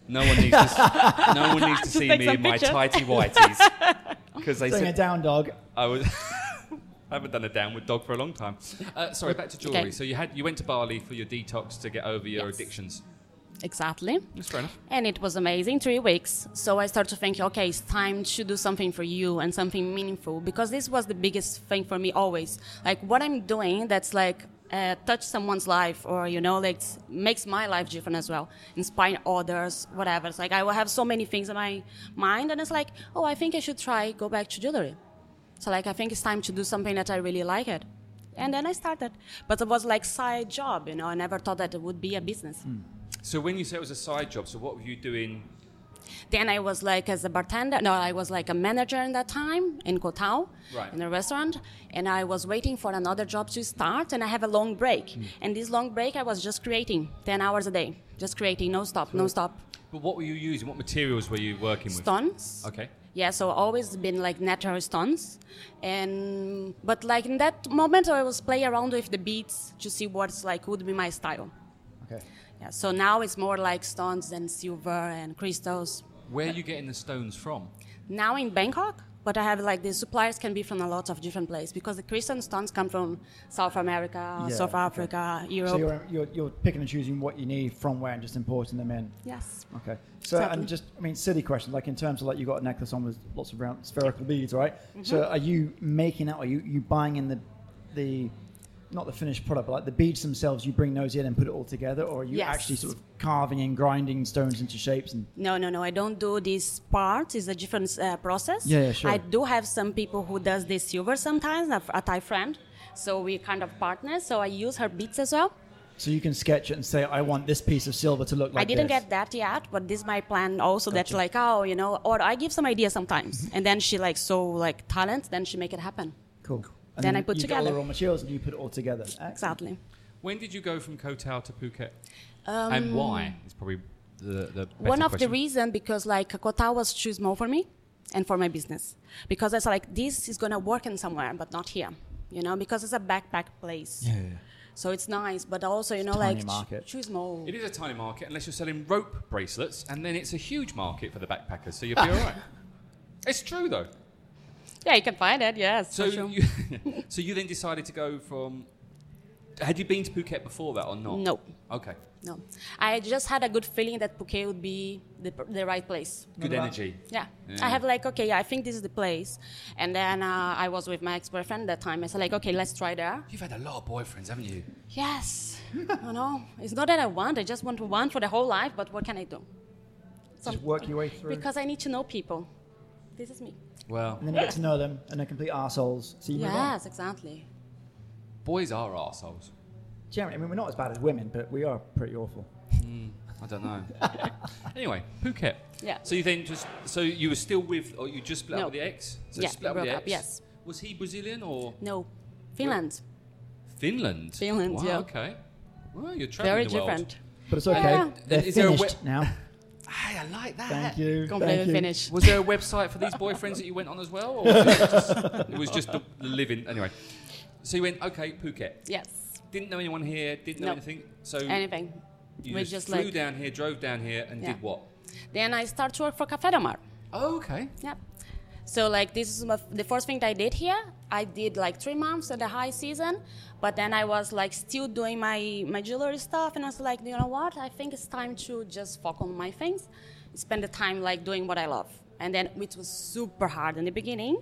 C: No one needs to, s- no one needs to
D: <laughs> Just
C: see
D: take
C: me
D: some
C: in my
D: pictures.
C: tighty whities
D: <laughs>
C: because they
B: Doing a
C: said
B: down dog.
C: I was. <laughs> I haven't done a downward dog for a long time. Uh, sorry, back to jewelry.
D: Okay.
C: So you had you went to Bali for your detox to get over your
D: Yes.
C: addictions.
D: Exactly.
C: That's fair enough.
D: And it was amazing, three weeks. So I started to think, okay, it's time to do something for you and something meaningful because this was the biggest thing for me always. Like what I'm doing that's like uh, touch someone's life or, you know, like s- makes my life different as well, inspire others, whatever. It's like I will have so many things in my mind and it's like, oh, I think I should try go back to jewelry. So like I think it's time to do something that I really like it. And then I started. But it was like side job, you know, I never thought that it would be a business.
C: So when you say it was a side job, so what were you doing?
D: Then I was like as a bartender. No, I was like a manager in that time in Koh Tao,
C: Right.
D: in a restaurant, and I was waiting for another job to start. And I have a long break,
C: Hmm.
D: and this long break I was just creating ten hours a day, just creating, no stop, no stop.
C: But what were you using? What materials were you working with?
D: Stones.
C: Okay.
D: Yeah, so always been like natural stones, and but like in that moment I was play around with the beats to see what's like would be my style.
B: Okay.
D: Yeah, so now it's more like stones and silver and crystals.
C: Where are you getting the stones from?
D: now in Bangkok, but I have like the suppliers can be from a lot of different places because the Christian stones come from South America,
B: Yeah,
D: South
B: okay.
D: Africa, Europe.
B: So you're, you're, you're picking and choosing what you need from where and just importing them in.
D: yes.
B: Okay. So
D: Exactly.
B: and just I mean silly question like in terms of like you got a necklace on with lots of round spherical beads, right?
D: Mm-hmm.
B: So are you making that? Are you you buying in the the not the finished product, but like the beads themselves, you bring those in and put it all together, or are you
D: Yes.
B: actually sort of carving and grinding stones into shapes? And
D: No, no, no. I don't do this part. It's a different uh, process.
B: Yeah, yeah, sure.
D: I do have some people who does this silver sometimes. A, a Thai friend, so we kind of partners. So I use her beads as well.
B: so you can sketch it and say, I want this piece of silver to look like.
D: I didn't
B: this.
D: get that yet, but this is my plan also. That's
B: Gotcha. Mm-hmm.
D: like, oh, you know, or I give some ideas sometimes, and then she like so like talent, then she make it happen.
B: Cool. And
D: Then I put
B: you Get all
D: together.
B: the raw materials and you put it all together.
D: Exactly.
C: When did you go from Koh Tao to Phuket? and why? It's probably the, the better
D: Um, one of the
C: question.
D: reason because like Kota was too small for me and for my business because I was like this is gonna work in somewhere but not here you know because it's a backpack place so it's nice but also you know
B: tiny
D: like ch-
B: market.
D: too small
C: It is a tiny market unless you're selling rope bracelets, and then it's a huge market for the backpackers, so you'll be all right.
D: <laughs>
C: It's true though.
D: yeah you can find it yes
C: So
D: for sure.
C: you, so you <laughs> then decided to go from. Had you been to Phuket before that or not?
D: no
C: Okay.
D: no I just had a good feeling that Phuket would be the, pr- the right place
C: Good
B: about-
C: energy.
D: Yeah.
C: Yeah.
D: I have like, okay, I think this is the place. And then uh, I was with my ex boyfriend that time. I said, like, okay, let's try there.
C: You've had a lot of boyfriends, haven't you?
D: Yes. you know, it's not that I want. I just want to want for the whole life. But what can I do?
B: Just work your way through.
D: Because I need to know people. This is me.
C: Well,
B: and then you get to know them, and they're complete assholes. So you move on.
D: Yes, exactly.
C: boys are arseholes.
B: Jeremy, I mean, we're not as bad as women, but we are pretty awful.
C: I don't
D: <laughs>
C: know. anyway, Phuket.
D: Yeah.
C: So you then just so you were still with, or you just split
D: No.
C: up with the ex? So
D: Yeah,
C: split up
D: we
C: with the
D: broke up,
C: ex.
D: yes.
C: Was he Brazilian or
D: No, Finland.
C: Finland?
D: Finland,
C: Wow,
D: yeah.
C: Okay. Well, you're traveling
D: Very
C: the world.
D: different.
B: But it's okay.
D: Yeah.
B: They're
C: Is there a
B: finished
C: wi- <laughs>
B: now.
C: Hey, I like that.
B: Thank you. Thank
D: Completely
B: you.
D: Finnish.
C: Was there a website for these boyfriends that you went on as well, or was it just, it was just the living? Anyway, so you went okay, Phuket.
D: Yes.
C: Didn't know anyone here. Didn't know
D: No.
C: anything. So
D: Anything.
C: you
D: we
C: just,
D: just
C: flew
D: like-
C: down here, drove down here, and
D: Yeah.
C: did what?
D: Then I start to work for Café Del Mar.
C: Oh, okay.
D: Yep. So like this is my, the first thing that I did here. I did like three months at the high season, but then I was like still doing my my jewelry stuff, and I was like, you know what? I think it's time to just focus on my things, spend the time like doing what I love, and then which was super hard in the beginning,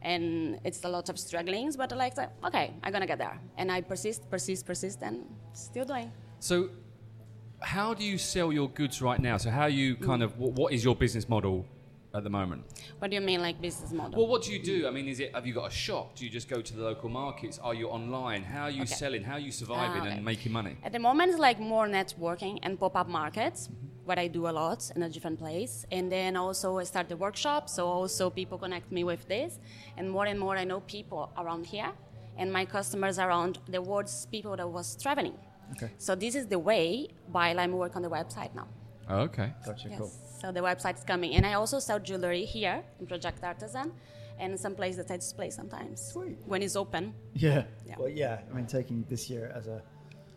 D: and it's a lot of strugglings, but I like okay, I'm gonna get there, and I persist, persist, persist, and still doing.
C: So, how do you sell your goods right now? So, how you kind of what, what is your business model at the moment?
D: What do you mean, like business model?
C: Well, what do you do? I mean, is it have you got a shop? Do you just go to the local markets? Are you online? How are you
D: Okay.
C: selling? How are you surviving
D: Ah, okay.
C: and making money?
D: At the moment, it's like more networking and pop up markets, what I do a lot in a different place. And then also I start the workshop, so also people connect me with this. And more and more, I know people around here, and my customers around the world's people that was traveling.
B: Okay.
D: So this is the way while I'm working on the website now.
C: Okay.
B: Gotcha.
D: Yes.
B: Cool.
D: So the website's coming, and I also sell jewelry here in Project Artisan, and in some place that I display sometimes
B: Sweet.
D: when it's open.
B: Yeah.
D: Yeah.
B: Well, yeah. I mean, taking this year as a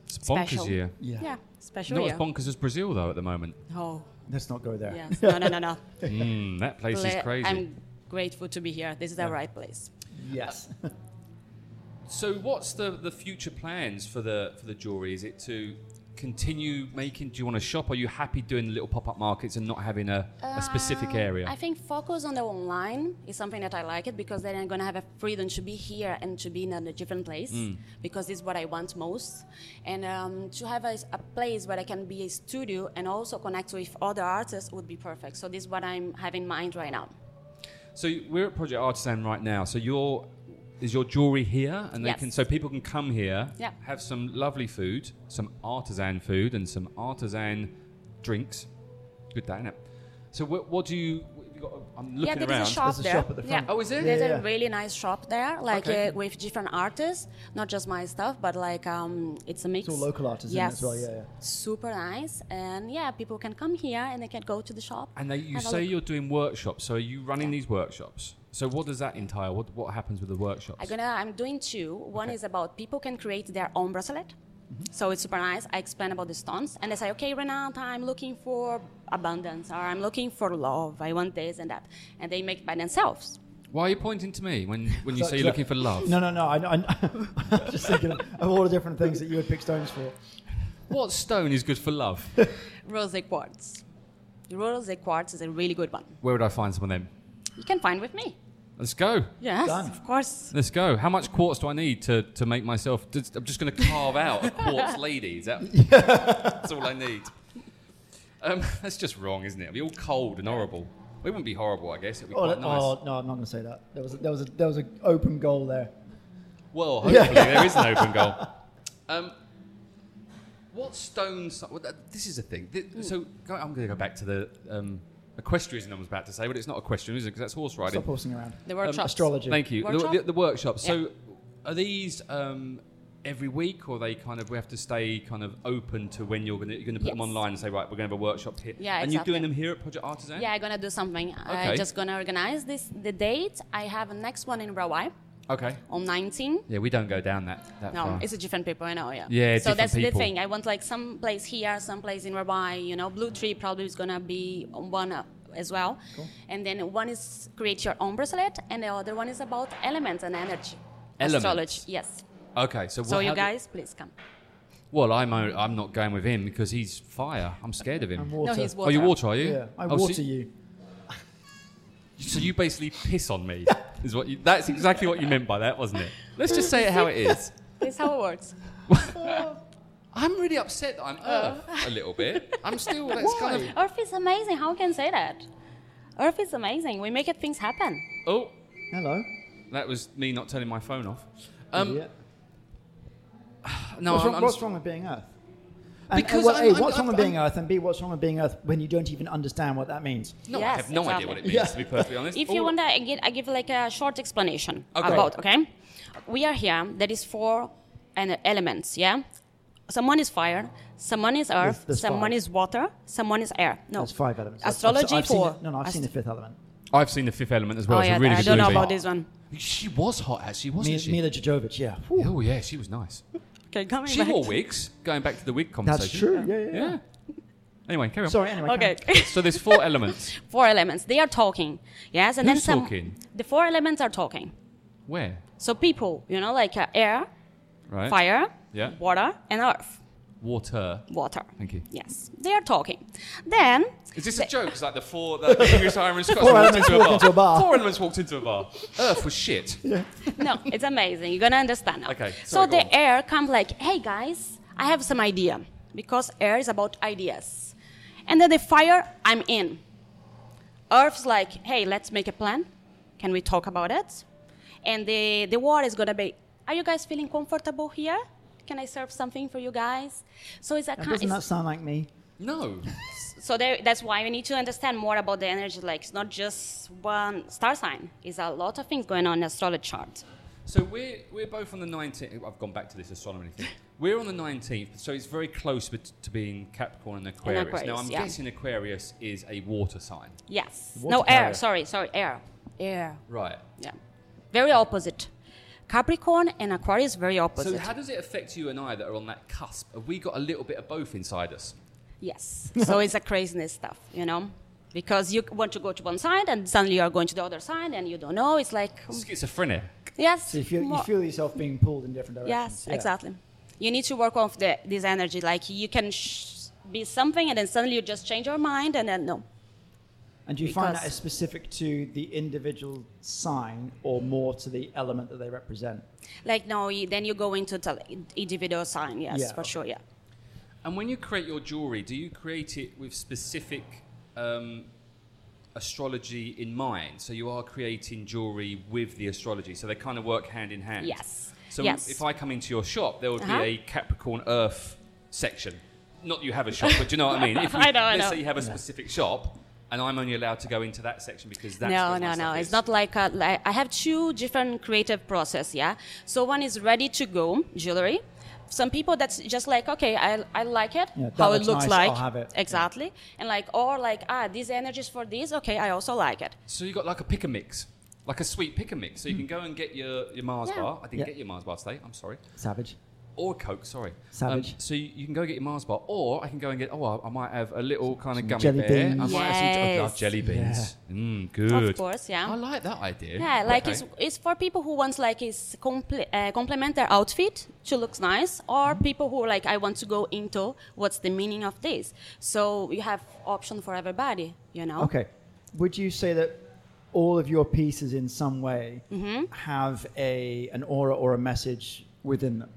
C: It's
D: Special.
C: bonkers year.
B: yeah.
D: Yeah, special.
C: Not as
D: year.
C: bonkers as Brazil though at the moment.
D: <laughs> oh,
B: Let's not go there.
D: yes. No, no, no, no.
C: Mm, that place is
D: Ble-
C: crazy.
D: I'm grateful to be here. This is the right place. <laughs>
B: Yes.
C: So, what's the, the future plans for the for the jewelry? Is it to continue making? Do you want to shop? Are you happy doing little pop up markets and not having a, a specific
D: Um,
C: area?
D: I think focus on the online is something that I like it because then I'm gonna have a freedom to be here and to be in a different place
C: Mm.
D: because it's what I want most, and um, to have a, a place where I can be a studio and also connect with other artists would be perfect. So this is what I'm having in mind right now.
C: so we're at Project Artisan right now. So your is your jewelry here, and they
D: Yes.
C: can so people can come here,
D: Yeah.
C: have some lovely food, some artisan food, and some artisan drinks. Good day, innit? So, what, what do you? You got? I'm looking
D: yeah, there is
C: around.
D: a shop
B: There's a
D: there.
B: shop at the
D: Yeah.
B: front.
C: Oh, is it?
D: There's
B: Yeah,
D: a
B: yeah.
D: really nice shop there, like
C: Okay.
D: uh, with different artists, not just my stuff, but like um, it's a mix.
B: all local artists in it
D: yes.
B: as well, yeah, yeah.
D: Super nice, and yeah, people can come here and they can go to the shop.
C: And they, you
D: have a
C: say
D: look.
C: you're doing workshops. So are you running these workshops? So what does that entail? What what happens with the workshops?
D: I'm gonna. I'm doing two. One is about people can create their own bracelet,
B: Mm-hmm.
D: so it's super nice. I explain about the stones, and they say, okay, Renata, I'm looking for abundance, or I'm looking for love. I want this and that, and they make it by themselves.
C: Why are you pointing to me when, when you say you're
B: Look,
C: looking for love?
B: No, no, no. I, I, <laughs> I'm just thinking of all the different things that you would pick stones for.
C: What stone is good for
B: <laughs>
C: love?
D: Rose quartz. Rose quartz is a really good one.
C: Where would I find some of them?
D: You can find with me.
C: Let's go.
D: Yes,
B: Done.
D: of course.
C: Let's go. How much quartz do I need to, to make myself? just- I'm just going to carve out a quartz lady.
B: <laughs>
C: Is that, that's all I need. Um, that's just wrong, isn't it? It'd be all cold and horrible. It wouldn't be horrible, I guess. It'd be
B: Oh,
C: quite
B: that-
C: nice.
B: oh, no, I'm not going to say that. There was a, there was a, there was an open goal there. <laughs>
C: Well, hopefully there is an open goal. Um, what stones? Well, that, this is a thing. Th- So go, I'm going to go back to the um, equestrianism. I was about to say, but it's not equestrianism because that's horse riding.
B: Stop horsing around.
C: Um,
D: The workshop.
B: Astrology.
C: Thank you. The-
D: Workshop?
C: The, the, workshops. So are these um, every week, or they kind of we have to stay kind of open to when you're going to you're going to put them
D: Yes.
C: online and say, right, we're going to have a workshop here.
D: Yeah,
C: and you're doing
D: exactly.
C: them here at Project Artisan.
D: Yeah, I'm gonna do something.
C: Okay.
D: I'm just gonna organize this. The date I have a next one in Rawai
C: Okay.
D: on 19.
C: Yeah, we don't go down that. that
D: No,
C: far.
D: it's a different people. I know. Yeah.
C: Yeah,
D: So
C: different
D: that's
C: people.
D: the thing. I want like some place here, some place in Rawai. You know, Blue Tree probably is gonna be on one uh, as well. And then one is create your own bracelet, and the other one is about elements and energy.
C: Elements.
D: Astrology. Yes.
C: okay.
D: So
C: So what- how
D: you
C: do-
D: guys, please come.
C: Well, I'm, o- I'm not going with him because he's fire. I'm scared of him.
B: And water.
D: No, he's
C: Oh,
D: water.
C: you water, are you?
B: Yeah, I
C: oh,
B: water
C: so,
B: you.
C: So you basically piss on me. is what you, that's exactly what you meant by that, wasn't it? Let's just say it how it
D: <laughs>
C: is.
D: That's how it works.
C: I'm really upset that I'm
D: Oh.
C: Earth a little bit. I'm still. That's kind of.
D: Earth is amazing. How can I say that? Earth is amazing. We make it things happen.
C: Oh,
B: Hello.
C: that was me not turning my phone off. Um,
B: Idiot.
C: No,
B: what's,
C: I'm,
B: wrong,
C: I'm,
B: what's wrong with being Earth? And, and
C: Because
B: what-
C: I'm-
B: A, what's wrong
C: I'm-
B: with
C: I'm-
B: being Earth? And B, what's wrong with being Earth when you don't even understand what that means?
C: No, I
D: Yes,
C: have no idea
D: exactly.
C: what it means.
B: Yeah.
C: To be perfectly honest. Oh.
D: If you
C: All-
D: want, I give, I give like a short explanation
C: Okay.
D: about. Okay, we are here. There is four and elements. Yeah, someone is fire, someone is earth,
B: there's
D: someone
B: five.
D: is water, someone is air. No, Oh,
B: That's five elements. I've- I've-
D: Astrology
B: I've seen
D: four.
B: the- no, no, I've seen the
D: Ast-
B: fifth element.
C: I've seen the Fifth Element as well.
D: Oh
C: it's
D: yeah,
C: a really
D: I
C: good
D: don't know
C: movie.
D: about this one.
C: She was hot, actually, wasn't
B: Mila,
C: she?
B: Mila Jovovich, yeah. Whew.
C: Oh yeah, she was nice.
D: Okay, coming
C: She
D: back.
C: wore wigs. Going back to the wig conversation.
B: That's true. Yeah, yeah. yeah.
C: Yeah. Anyway, carry on.
B: Sorry, anyway.
D: <laughs> Okay, <laughs>
C: So there's
B: <laughs>
C: four elements.
D: four elements. They are talking. Yes, and
C: Who's
D: then some.
C: talking?
D: The four elements are talking.
C: Where?
D: So people, you know, like uh, air,
C: Right.
D: fire,
C: Yeah.
D: water, and earth,
C: Water.
D: water.
C: Thank you.
D: Yes, they are talking. Then <laughs>
C: Is this a joke? It's like the four that the English, Irish, Scots
B: Four
C: walked
B: elements
C: into a,
B: walked
C: bar.
B: into a bar.
C: Four elements walked into a bar. Earth was shit.
D: no, it's amazing. You're gonna understand now.
C: Okay,
D: So
C: sorry, go
D: the
C: on.
D: air comes like, hey guys, I have some idea. because air is about ideas. And then the fire, I'm in. Earth's like, hey, let's make a plan. Can we talk about it? And the, the war is going to be, are you guys feeling comfortable here? Can I serve something for you guys? So it's a
B: Now,
D: kind
B: doesn't
D: it's-
B: that sound like me?
C: No.
D: so there, that's why we need to understand more about the energy. Like it's not just one star sign. It's a lot of things going on in astrology chart.
C: So we're, we're both on the 19th. I've gone back to this astronomy
D: <laughs>
C: thing. We're on the 19th, so it's very close bet- to being Capricorn and Aquarius. now,
D: Aquarius,
C: I'm
D: yeah.
C: guessing Aquarius is a water sign.
D: Yes.
B: Water
D: no air.
B: carrier.
D: Sorry. Sorry. Air. Air.
C: Right.
D: Yeah. Very opposite. Capricorn and Aquarius very
C: So,
D: opposite.
C: how does it affect you and I that are on that cusp? Have we got a little bit of both inside us?
D: yes. so it's a craziness stuff, you know, because you want to go to one side and suddenly you are going to the other side and you don't know. It's like mm,
C: Schizophrenia.
D: yes.
B: So you feel, you
D: more-
B: feel yourself being pulled in different directions.
D: Yes, exactly. You need to work off the, this energy. Like you can sh- be something, and then suddenly you just change your mind, and then no.
B: And do you find that
D: Because-
B: is specific to the individual sign or more to the element that they represent?
D: Like no, you, then you go into tel- individual sign. Yes,
B: Yeah,
D: for
B: okay.
D: sure. Yeah.
C: And when you create your jewelry, do you create it with specific um, astrology in mind? So you are creating jewelry with the astrology, so they kind of work hand in hand.
D: Yes.
C: So
D: Yes.
C: if I come into your shop, there would
D: Uh-huh.
C: be a Capricorn Earth section. Not that you have a shop, but do you know what
D: <laughs>
C: I mean? If
D: I know, I
C: let's
D: know.
C: say you have a specific shop, and I'm only allowed to go into that section because that's
D: no,
C: where my
D: no, no.
C: stuff
D: It's
C: is.
D: not like, a, like I have two different creative process. Yeah. So one is ready to go jewelry. Some people that's just like okay, I, I like it
B: Yeah, that
D: how it
B: looks
D: looks
B: nice,
D: like
B: I'll have it.
D: exactly, and like or like ah these energies for this okay I also like it.
C: So you got like a pick a mix, like a sweet pick a mix. So you can go and get your, your Mars
D: Mm. Yeah.
C: bar. I didn't
B: Yeah.
C: get your Mars bar today. I'm sorry.
B: Savage.
C: or a Coke, sorry.
B: Savage.
C: Um, so you, you can go get your Mars bar, or I can go and get. Oh, I, I might have a little kind of gummy
B: jelly
C: bear. I
B: beans.
C: might have some. I love
D: Yes.
C: jelly beans. Mm, good.
D: Of course, yeah.
C: I like that idea.
D: Yeah, like
C: Okay.
D: it's, it's for people who wants like is compl- uh, complement their outfit to looks nice, or people who are like I want to go into what's the meaning of this. So you have option for everybody, you know.
B: Okay. Would you say that all of your pieces in some way
D: Mm-hmm.
B: have a an aura or a message within them?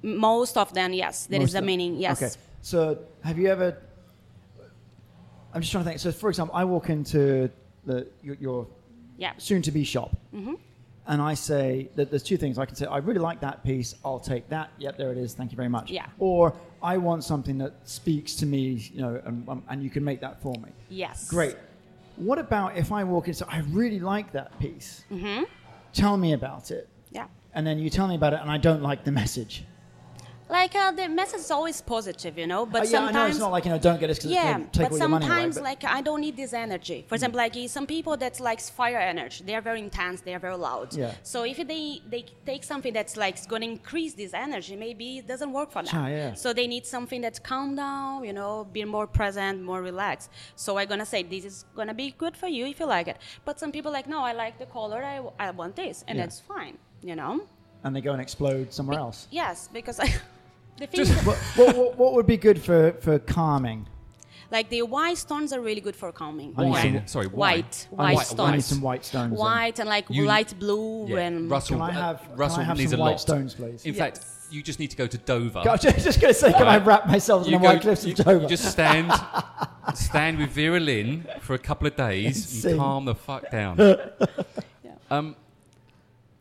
D: Most of them, yes, there is
B: Most
D: the
B: of-
D: meaning. Yes.
B: Okay. So have you ever? I'm just trying to think. So for example, I walk into the your, your
D: Yeah.
B: soon-to-be shop,
D: Mm-hmm.
B: and I say that there's two things I can say. I really like that piece. I'll take that. Yep, there it is. Thank you very much.
D: Yeah.
B: Or I want something that speaks to me. You know, and, um, and you can make that for me.
D: Yes.
B: Great. What about if I walk in? So I really like that piece. Mm-hmm. Tell me about it,
D: Yeah.
B: and then you tell me about it, and I don't like the message.
D: Like uh, the message is always positive, you know, but
B: Uh, yeah, I
D: sometimes
B: know it's not like you know, don't get us because
D: yeah,
B: take
D: but
B: all your money away.
D: sometimes
B: but-
D: like I don't need this energy. For example, like some people that likes fire energy, they are very intense, they are very loud.
B: Yeah.
D: So if they they take something that's like going to increase this energy, maybe it doesn't work for them.
B: Ah, yeah.
D: So they need something that's calm down, you know, be more present, more relaxed. So I'm gonna say this is gonna be good for you if you like it. But some people like no, I like the color, I, I want this, and
B: Yeah.
D: that's fine, you know.
B: and they go and explode somewhere else.
D: Yes, because <laughs> I, the thing is,
B: what, what, what, what would be good for, for calming?
D: like the white stones are really good for calming.
B: I need
D: White.
B: some-
C: sorry,
D: white,
C: white.
D: <laughs> white,
B: I need,
D: stones.
B: I need some white stones. then.
D: white and like
C: You-
D: light blue
C: Yeah.
D: and
C: Russell,
B: Can I
C: uh,
B: have- can I
C: Russell
B: have
C: needs
B: some
C: a
B: white
C: lot.
B: stones, please?
C: In fact, you just need to go to Dover.
B: God, <laughs> I was just going to say, can I
C: Right.
B: wrap myself in
C: You
B: a
C: go-
B: white cliffs of
C: you-
B: Dover?
C: You just stand, stand with Vera Lynn for a couple of days and
B: Sing.
C: calm the fuck down.
B: <laughs>
C: um,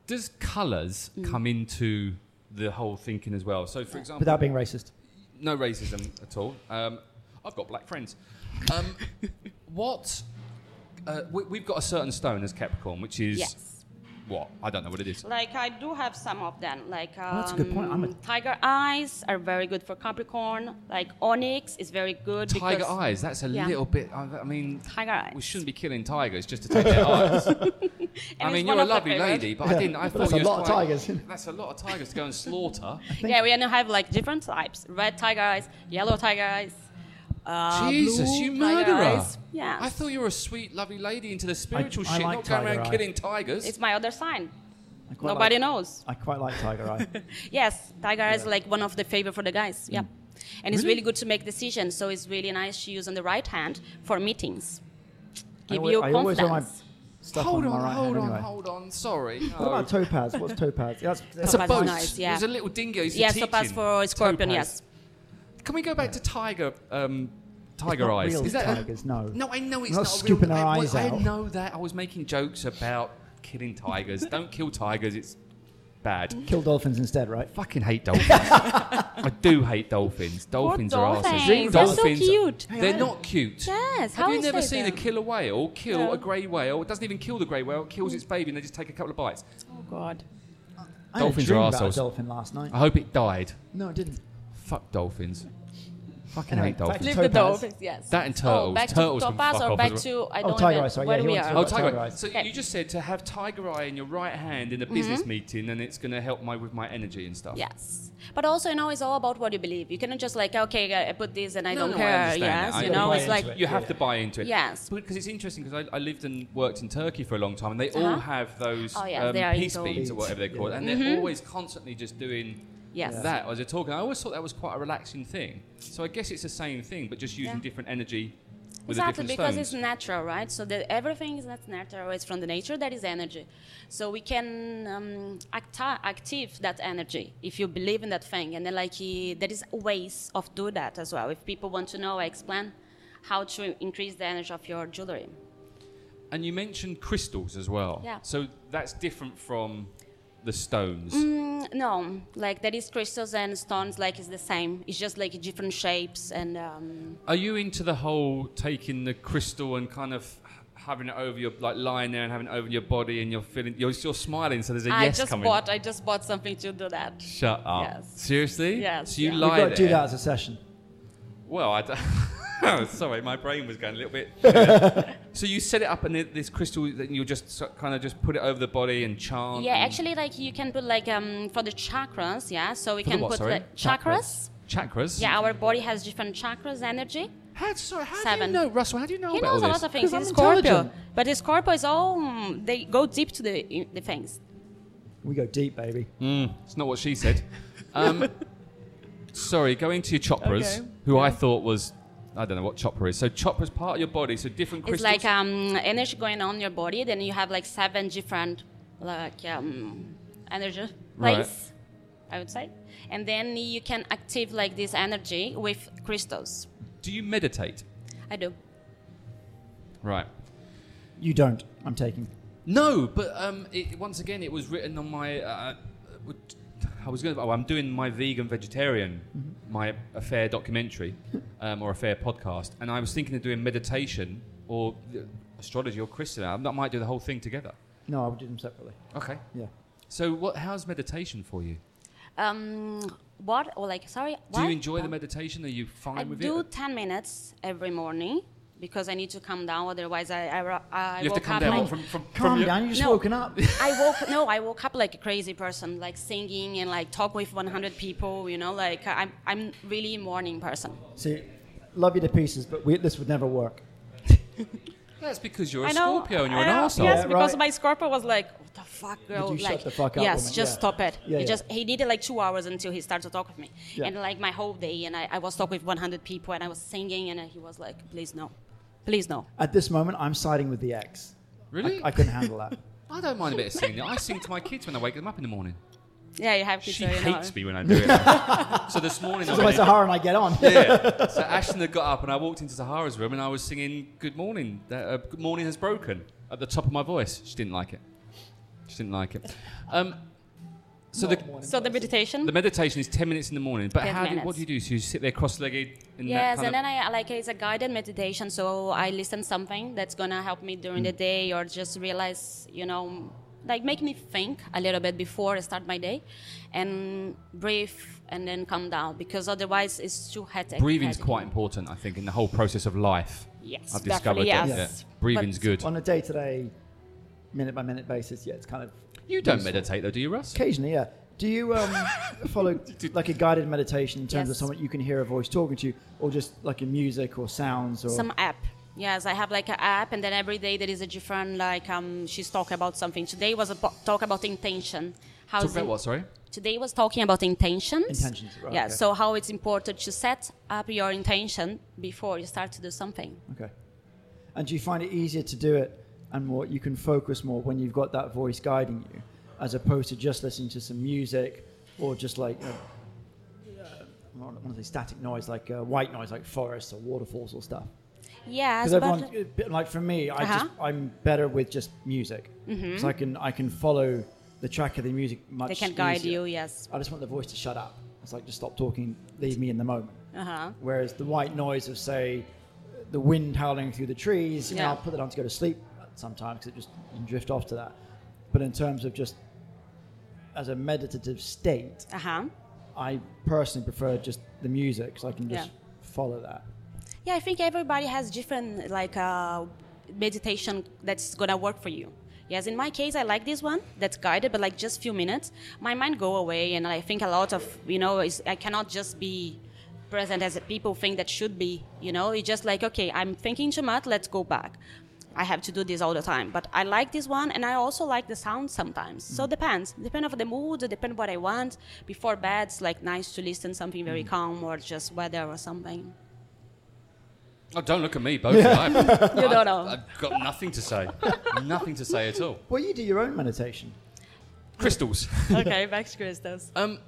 C: does colours come into the whole thinking as well? So, for example,
B: Without being racist.
C: no racism at all. Um, I've got black friends.
D: <laughs>
C: Um, what? Uh, we, we've got a certain stone as Capricorn, which is
D: yes.
C: what? I don't know what it is.
D: Like I do have some of them. Like
C: Oh,
D: um,
B: that's a good point. I'm a-
D: tiger eyes are very good for Capricorn. Like onyx is very good.
C: Tiger
D: because
C: eyes. That's a
D: yeah.
C: little bit. I, I mean,
D: Tiger eyes.
C: we shouldn't be killing tigers just to take
D: <laughs>
C: their eyes. I
D: it's one
C: mean, you're a
D: of my
C: lovely
D: favourite.
C: lady, but I didn't. I thought
B: That's
C: you
B: a
C: was
B: lot of
C: Oh, quite-
B: tigers. <laughs>
C: That's a lot of tigers
D: <laughs>
C: to go and slaughter.
D: Yeah, we gonna have like different types: red tiger eyes, yellow tiger eyes. Uh,
C: Jesus,
D: blue
C: you
D: tiger
C: murderer!
D: eyes. Yeah,
C: I thought you were a sweet, lovely lady into the spiritual
B: I
C: shit,
B: like
C: not going
B: tiger
C: around
B: eye.
C: killing tigers.
D: it's my other sign.
B: I quite
D: Nobody
B: like,
D: knows.
B: I quite like tiger eye.
D: Yes, tiger is like one of the favorite for the guys.
B: Mm.
D: Yeah. And it's really good to make decisions, so it's really nice to use on the right hand for meetings.
B: I
D: Give
B: always-
D: you
B: I always have my
D: confidence.
B: stuff
C: hold
B: on,
C: on,
B: my right
C: hold
B: hand
C: on,
B: anyway.
C: hold on. Sorry.
B: What about topaz? What's topaz? That's,
C: <laughs> That's a
D: Topaz is
C: boat.
D: nice, yeah.
C: There's a little dingo. He's
D: Yes,
C: teaching.
D: so pass for Scorpion,
C: Topaz.
D: yes.
C: Can we go back to tiger? Um,
B: It's
C: tiger
B: not
C: eyes.
B: real
C: Is that a-
B: tigers, no.
C: No, I know it's
B: Not
C: not,
B: scooping
C: a real,
B: our
C: I,
B: eyes
C: I
B: out.
C: know that. I was making jokes about
B: <laughs>
C: killing tigers. Don't kill tigers. It's bad.
D: Mm.
B: Kill dolphins instead, right?
C: Fucking
D: <laughs>
C: hate dolphins. I do hate dolphins. Dolphins are arses.
D: dolphins. They're so cute.
C: They're not cute.
D: Yes,
C: Have
D: how
C: you
D: is
C: never
D: they
C: seen a
D: then?
C: killer whale kill
D: No. Mm.
C: a grey whale? It doesn't even kill the grey whale. It kills its baby and they just take a couple of bites.
D: Oh God.
B: I had a
C: Dolphins
B: dream
C: are
B: about a
C: arseholes.
B: dolphin last night.
C: I hope it died.
B: No, it didn't.
C: Fuck dolphins. Fucking
B: Anyway,
C: hate
B: back to
C: dolphins.
D: Leave
B: Topaz.
D: the dolphins. Yes.
C: That and
D: Oh,
C: turtles.
D: back
C: Turtles
D: to
C: can
D: topaz
C: fuck
D: or
C: off
D: back
C: as
D: to I
B: Oh,
D: don't
B: tiger
D: even
B: eye, sorry,
D: where
B: yeah,
D: we
B: you
D: are.
B: want
C: Oh,
B: Tiger
C: tiger eye.
B: eyes.
C: So
D: Okay. Mm-hmm.
C: you just said to have tiger eye in your right hand in a business meeting, and it's going to help my with my energy and stuff.
D: Yes. But also, you know, it's all about what you believe. You cannot just like, okay, I- I put this and I
C: No,
D: don't
C: no, I
D: care.
C: understand
D: yes,
C: that. I
D: you know,
B: buy
D: it's
B: into
D: like
B: it.
C: You have
B: Yeah.
C: to buy into it.
D: Yes.
C: Because it's interesting because I, I lived and worked in Turkey for a long time, and they all
D: Uh-huh.
C: have those
D: Oh, yeah,
C: um,
D: they are
C: peace
D: into-
C: beads or whatever they're called,
B: Yeah.
C: and they're always constantly just doing
D: yes.
C: that as they're talking. I always thought that was quite a relaxing thing. So I guess it's the same thing, but just using
D: Yeah.
C: different energy with
D: Exactly,
C: the different
D: because
C: stones.
D: it's natural, right? So that everything is not natural; it's from the nature. That is energy. So we can um, acti- active that energy if you believe in that thing, and then like he, there is ways of do that as well. If people want to know, I explain how to increase the energy of your jewelry.
C: and you mentioned crystals as well.
D: Yeah.
C: So that's different from the stones.
D: Mm, no, like there is crystals and stones, like it's the same. It's just like different shapes and. Um,
C: Are you into the whole taking the crystal and kind of having it over your like lying there and having it over your body and you're feeling you're, you're smiling so there's a
D: I
C: yes
D: just
C: coming.
D: bought. I just bought something to do that.
C: Shut up.
D: Yes.
C: Seriously?
D: Yes,
C: So you
D: yeah.
B: We've
C: lie
B: got
C: there.
B: to do that as a session.
C: Well, I don't. <laughs> Sorry, my brain was going a little bit.
B: <laughs>
C: so you set it up and it- this crystal, then you just so, kind of just put it over the body and chant.
D: Yeah,
C: and-
D: actually, like you can put like um for the chakras. Yeah, so we
C: For the
D: can
C: what,
D: put
C: sorry?
D: like chakras.
C: chakras.
D: Yeah, our body has different chakras energy.
C: How, sorry, how
D: Seven.
C: do you know, Russell? How do you know
D: He
C: about all
D: knows a lot
C: this?
D: of things.
B: Because
D: He's
B: I'm
D: Scorpio,
B: intelligent.
D: but his Scorpio is all mm, they go deep to the in- the things.
B: We go deep, baby.
C: Mm, it's not what she said.
D: <laughs>
C: Um, sorry, going to your chopras,
D: Okay.
C: who I thought was, I don't know what chopra is. So chopra's part of your body, so different
D: It's
C: crystals.
D: like um energy going on in your body. Then you have like seven different like um energy place, I would say, and then you can active like this energy with crystals.
C: do you meditate?
D: I do.
C: Right.
B: You don't. I'm taking.
C: No, but um, it, once again, it was written on my. Uh, would- I was going. to Oh, I'm doing my vegan vegetarian,
D: Mm-hmm.
C: my a fair documentary, um, or a fair podcast, and I was thinking of doing meditation or uh, astrology or Christian. I might do the whole thing together.
B: No, I would do them separately.
C: Okay.
B: Yeah.
C: So, what? How's meditation for you?
D: Um, what or like sorry?
C: Do
D: what?
C: you enjoy the
D: What?
C: meditation? Are you fine
D: I
C: with
D: do
C: it?
D: ten minutes every morning because I need to calm down. Otherwise, I I, ro- I
C: You have to
D: woke
C: come
D: up.
C: down
D: like-
C: from, from, from
B: Calm
C: your-
B: down. You just
D: No.
B: woken
C: <laughs>
B: up.
D: <laughs> I woke no, I woke up like a crazy person, like singing and like talk with 100 people. You know, like I'm I'm really a morning person.
B: See, love you to pieces, but we, this would never work.
C: That's because you're a
D: I know.
C: Scorpio and you're an
D: I know,
C: arsehole.
D: Yes,
B: Yeah,
D: because
B: right.
D: my Scorpio was like, what the fuck, girl?
B: you shut
D: like,
B: the fuck up,
D: yes,
B: woman?
D: just
B: Yeah.
D: stop it.
B: Yeah,
D: he
B: yeah.
D: just he needed like two hours until he started to talk with me,
B: Yeah.
D: and like my whole day, and I, I was talking with 100 people, and I was singing, and he was like, please no, please no.
B: At this moment, I'm siding with the ex.
C: Really?
B: I couldn't handle
C: <laughs>
B: that.
C: I don't mind a bit of singing. I sing to my kids when I wake them up in the morning.
D: Yeah, you have to.
C: She
D: so you know.
C: hates me when I do
D: <laughs>
C: it. so this morning I
B: So my
C: went in-
B: Sahara and I get on.
C: yeah. So Ashton had got up and I walked into Sahara's room and I was singing "Good Morning." that, Uh, Good morning has broken at the top of my voice. She didn't like it. She didn't like it. Um, so the,
D: So the meditation.
C: the meditation is ten minutes in the morning. But
D: Ten
C: how do,
D: minutes.
C: what do you do? So you sit there cross-legged. In that
D: Yes,
C: kind
D: and
C: of-
D: then I like it's a guided meditation, so I listen something that's gonna help me during the day, or just realize, you know, like make me think a little bit before I start my day, and breathe, and then calm down because otherwise it's too hectic.
C: Breathing's
D: hectic.
C: quite important, I think, in the whole process of life.
D: Yes,
C: I've discovered
D: definitely,
C: that.
D: yes.
C: yeah. Breathing's
D: But-
B: <laughs>
C: good.
B: on a day-to-day, minute-by-minute basis, yeah, it's kind of
C: You don't meditate though, do you, Russ?
B: occasionally, yeah. Do you um, follow like a guided meditation in terms of
D: Yes.
B: someone you can hear a voice talking to you, or just like in music or sounds or
D: some app. Yes, I have like an app, and then every day there is a different like um she's talking about something. Today was a po- talk about intention. How's
C: Talk about what? Sorry.
D: today was talking about intentions.
B: Intentions, right,
D: yeah.
B: okay.
D: So how it's important to set up your intention before you start to do something.
B: Okay. And do you find it easier to do it and more you can focus more when you've got that voice guiding you as opposed to just listening to some music or just like you know, uh, I don't want to say static noise, like uh, white noise, like forests or waterfalls or stuff.
D: Yes,
B: Because
D: but
B: everyone, a bit like for me, I
D: Uh-huh. Mm-hmm.
B: just I'm better with just music, so I can I can follow the track of the music much.
D: they can guide
B: easier.
D: you. Yes.
B: I just want the voice to shut up. It's like just stop talking, leave me in the moment.
D: Uh huh.
B: Whereas the white noise of say the wind howling through the trees, you know,
D: Yeah.
B: I'll put that on to go to sleep sometimes because it just you can drift off to that. But in terms of just as a meditative state,
D: Uh huh.
B: I personally prefer just the music, so I can just
D: Yeah.
B: follow that.
D: Yeah, I think everybody has different like uh, meditation that's gonna work for you. Yes, in my case, I like this one that's guided, but like just few minutes, my mind go away, and I think a lot of you know is I cannot just be present as people think that should be. You know, it's just like okay, I'm thinking too much. Let's go back. I have to do this all the time, but I like this one, and I also like the sound sometimes. So depends, depend of the mood, depend what I want. Before bed, it's like nice to listen something very calm or just weather or <laughs> something.
C: Oh, don't look at me,
D: <laughs>
C: both. I, you
D: don't know.
C: I've got nothing to say. nothing to say at all.
B: Well, you do your own meditation.
C: Crystals.
D: <laughs> okay, back to crystals.
C: Um,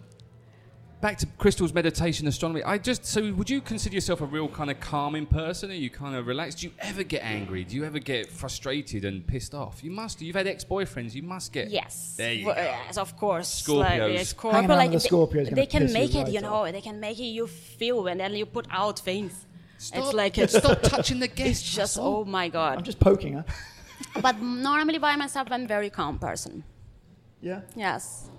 C: back to crystals, meditation, astronomy. I just so would you consider yourself a real kind of calming person? Are you kind of relaxed? Do you ever get angry? Do you ever get frustrated and pissed off? You must. do. You've had ex-boyfriends. You must get.
D: Yes.
C: There you
D: Well,
C: go.
D: Yes, of course.
C: Scorpios.
D: Like, yeah, Scorpio,
B: Hanging around
D: like
B: with a
D: they-
B: Scorpio is
D: they,
B: gonna
D: can
B: piss you
D: make it,
B: right
D: you
B: off.
D: know, they can make it you feel and then you put out things.
C: Stop,
D: It's like
C: <laughs>
D: it's
C: stop touching the
D: <laughs> it's
C: guests.
D: just
C: Russell.
D: oh my
B: I'm
D: god.
B: just poking her. <laughs>
D: But normally by myself I'm very calm person.
B: Yeah.
D: Yes.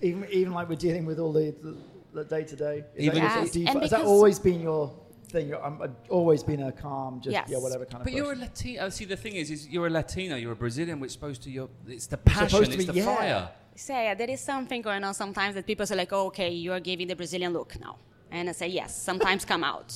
B: Even even like we're dealing with all the the- the day to day. Is
C: Even-
B: that, your
D: Yes,
B: default-
D: and
B: has that
D: because-
B: always been your thing? Your, I'm, I've always been a calm, just
D: Yes.
B: yeah, whatever kind of.
C: But
B: person.
C: <laughs> you're a Latino. See, the thing is, is you're a Latino. You're a Brazilian. Which supposed to your. It's the passion.
B: supposed to
C: It's
B: be-
C: the
B: yeah.
C: fire.
D: So yeah, there is something going on sometimes that people say like, oh, okay, you are giving the Brazilian look now. And I say yes, sometimes come out.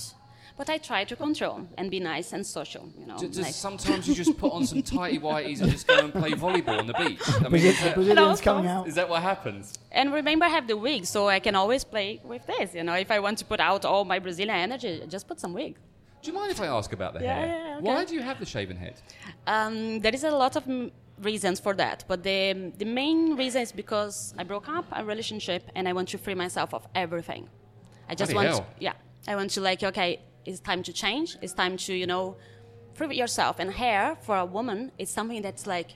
D: But I try to control and be nice and social, you know.
C: Ju- just
D: like-
C: sometimes you just put on
D: <laughs>
C: some tighty whiteys and just go and play volleyball on the beach. I mean,
B: Brazil-
C: is that-
B: Brazilians
D: Hello?
B: coming out.
C: is that what happens?
D: And remember, I have the wig, so I can always play with this. You know, if I want to put out all my Brazilian energy, just put some wig.
C: Do you mind if I ask about the
D: Yeah,
C: hair?
D: yeah, yeah, okay.
C: Why do you have the shaven head?
D: Um, there is a lot of mm, reasons for that, but the the main reason is because I broke up a relationship and I want to free myself of everything. I just want,
C: Bloody hell.
D: yeah, I want to like, okay, it's time to change. It's time to you know, free yourself. And hair for a woman is something that's like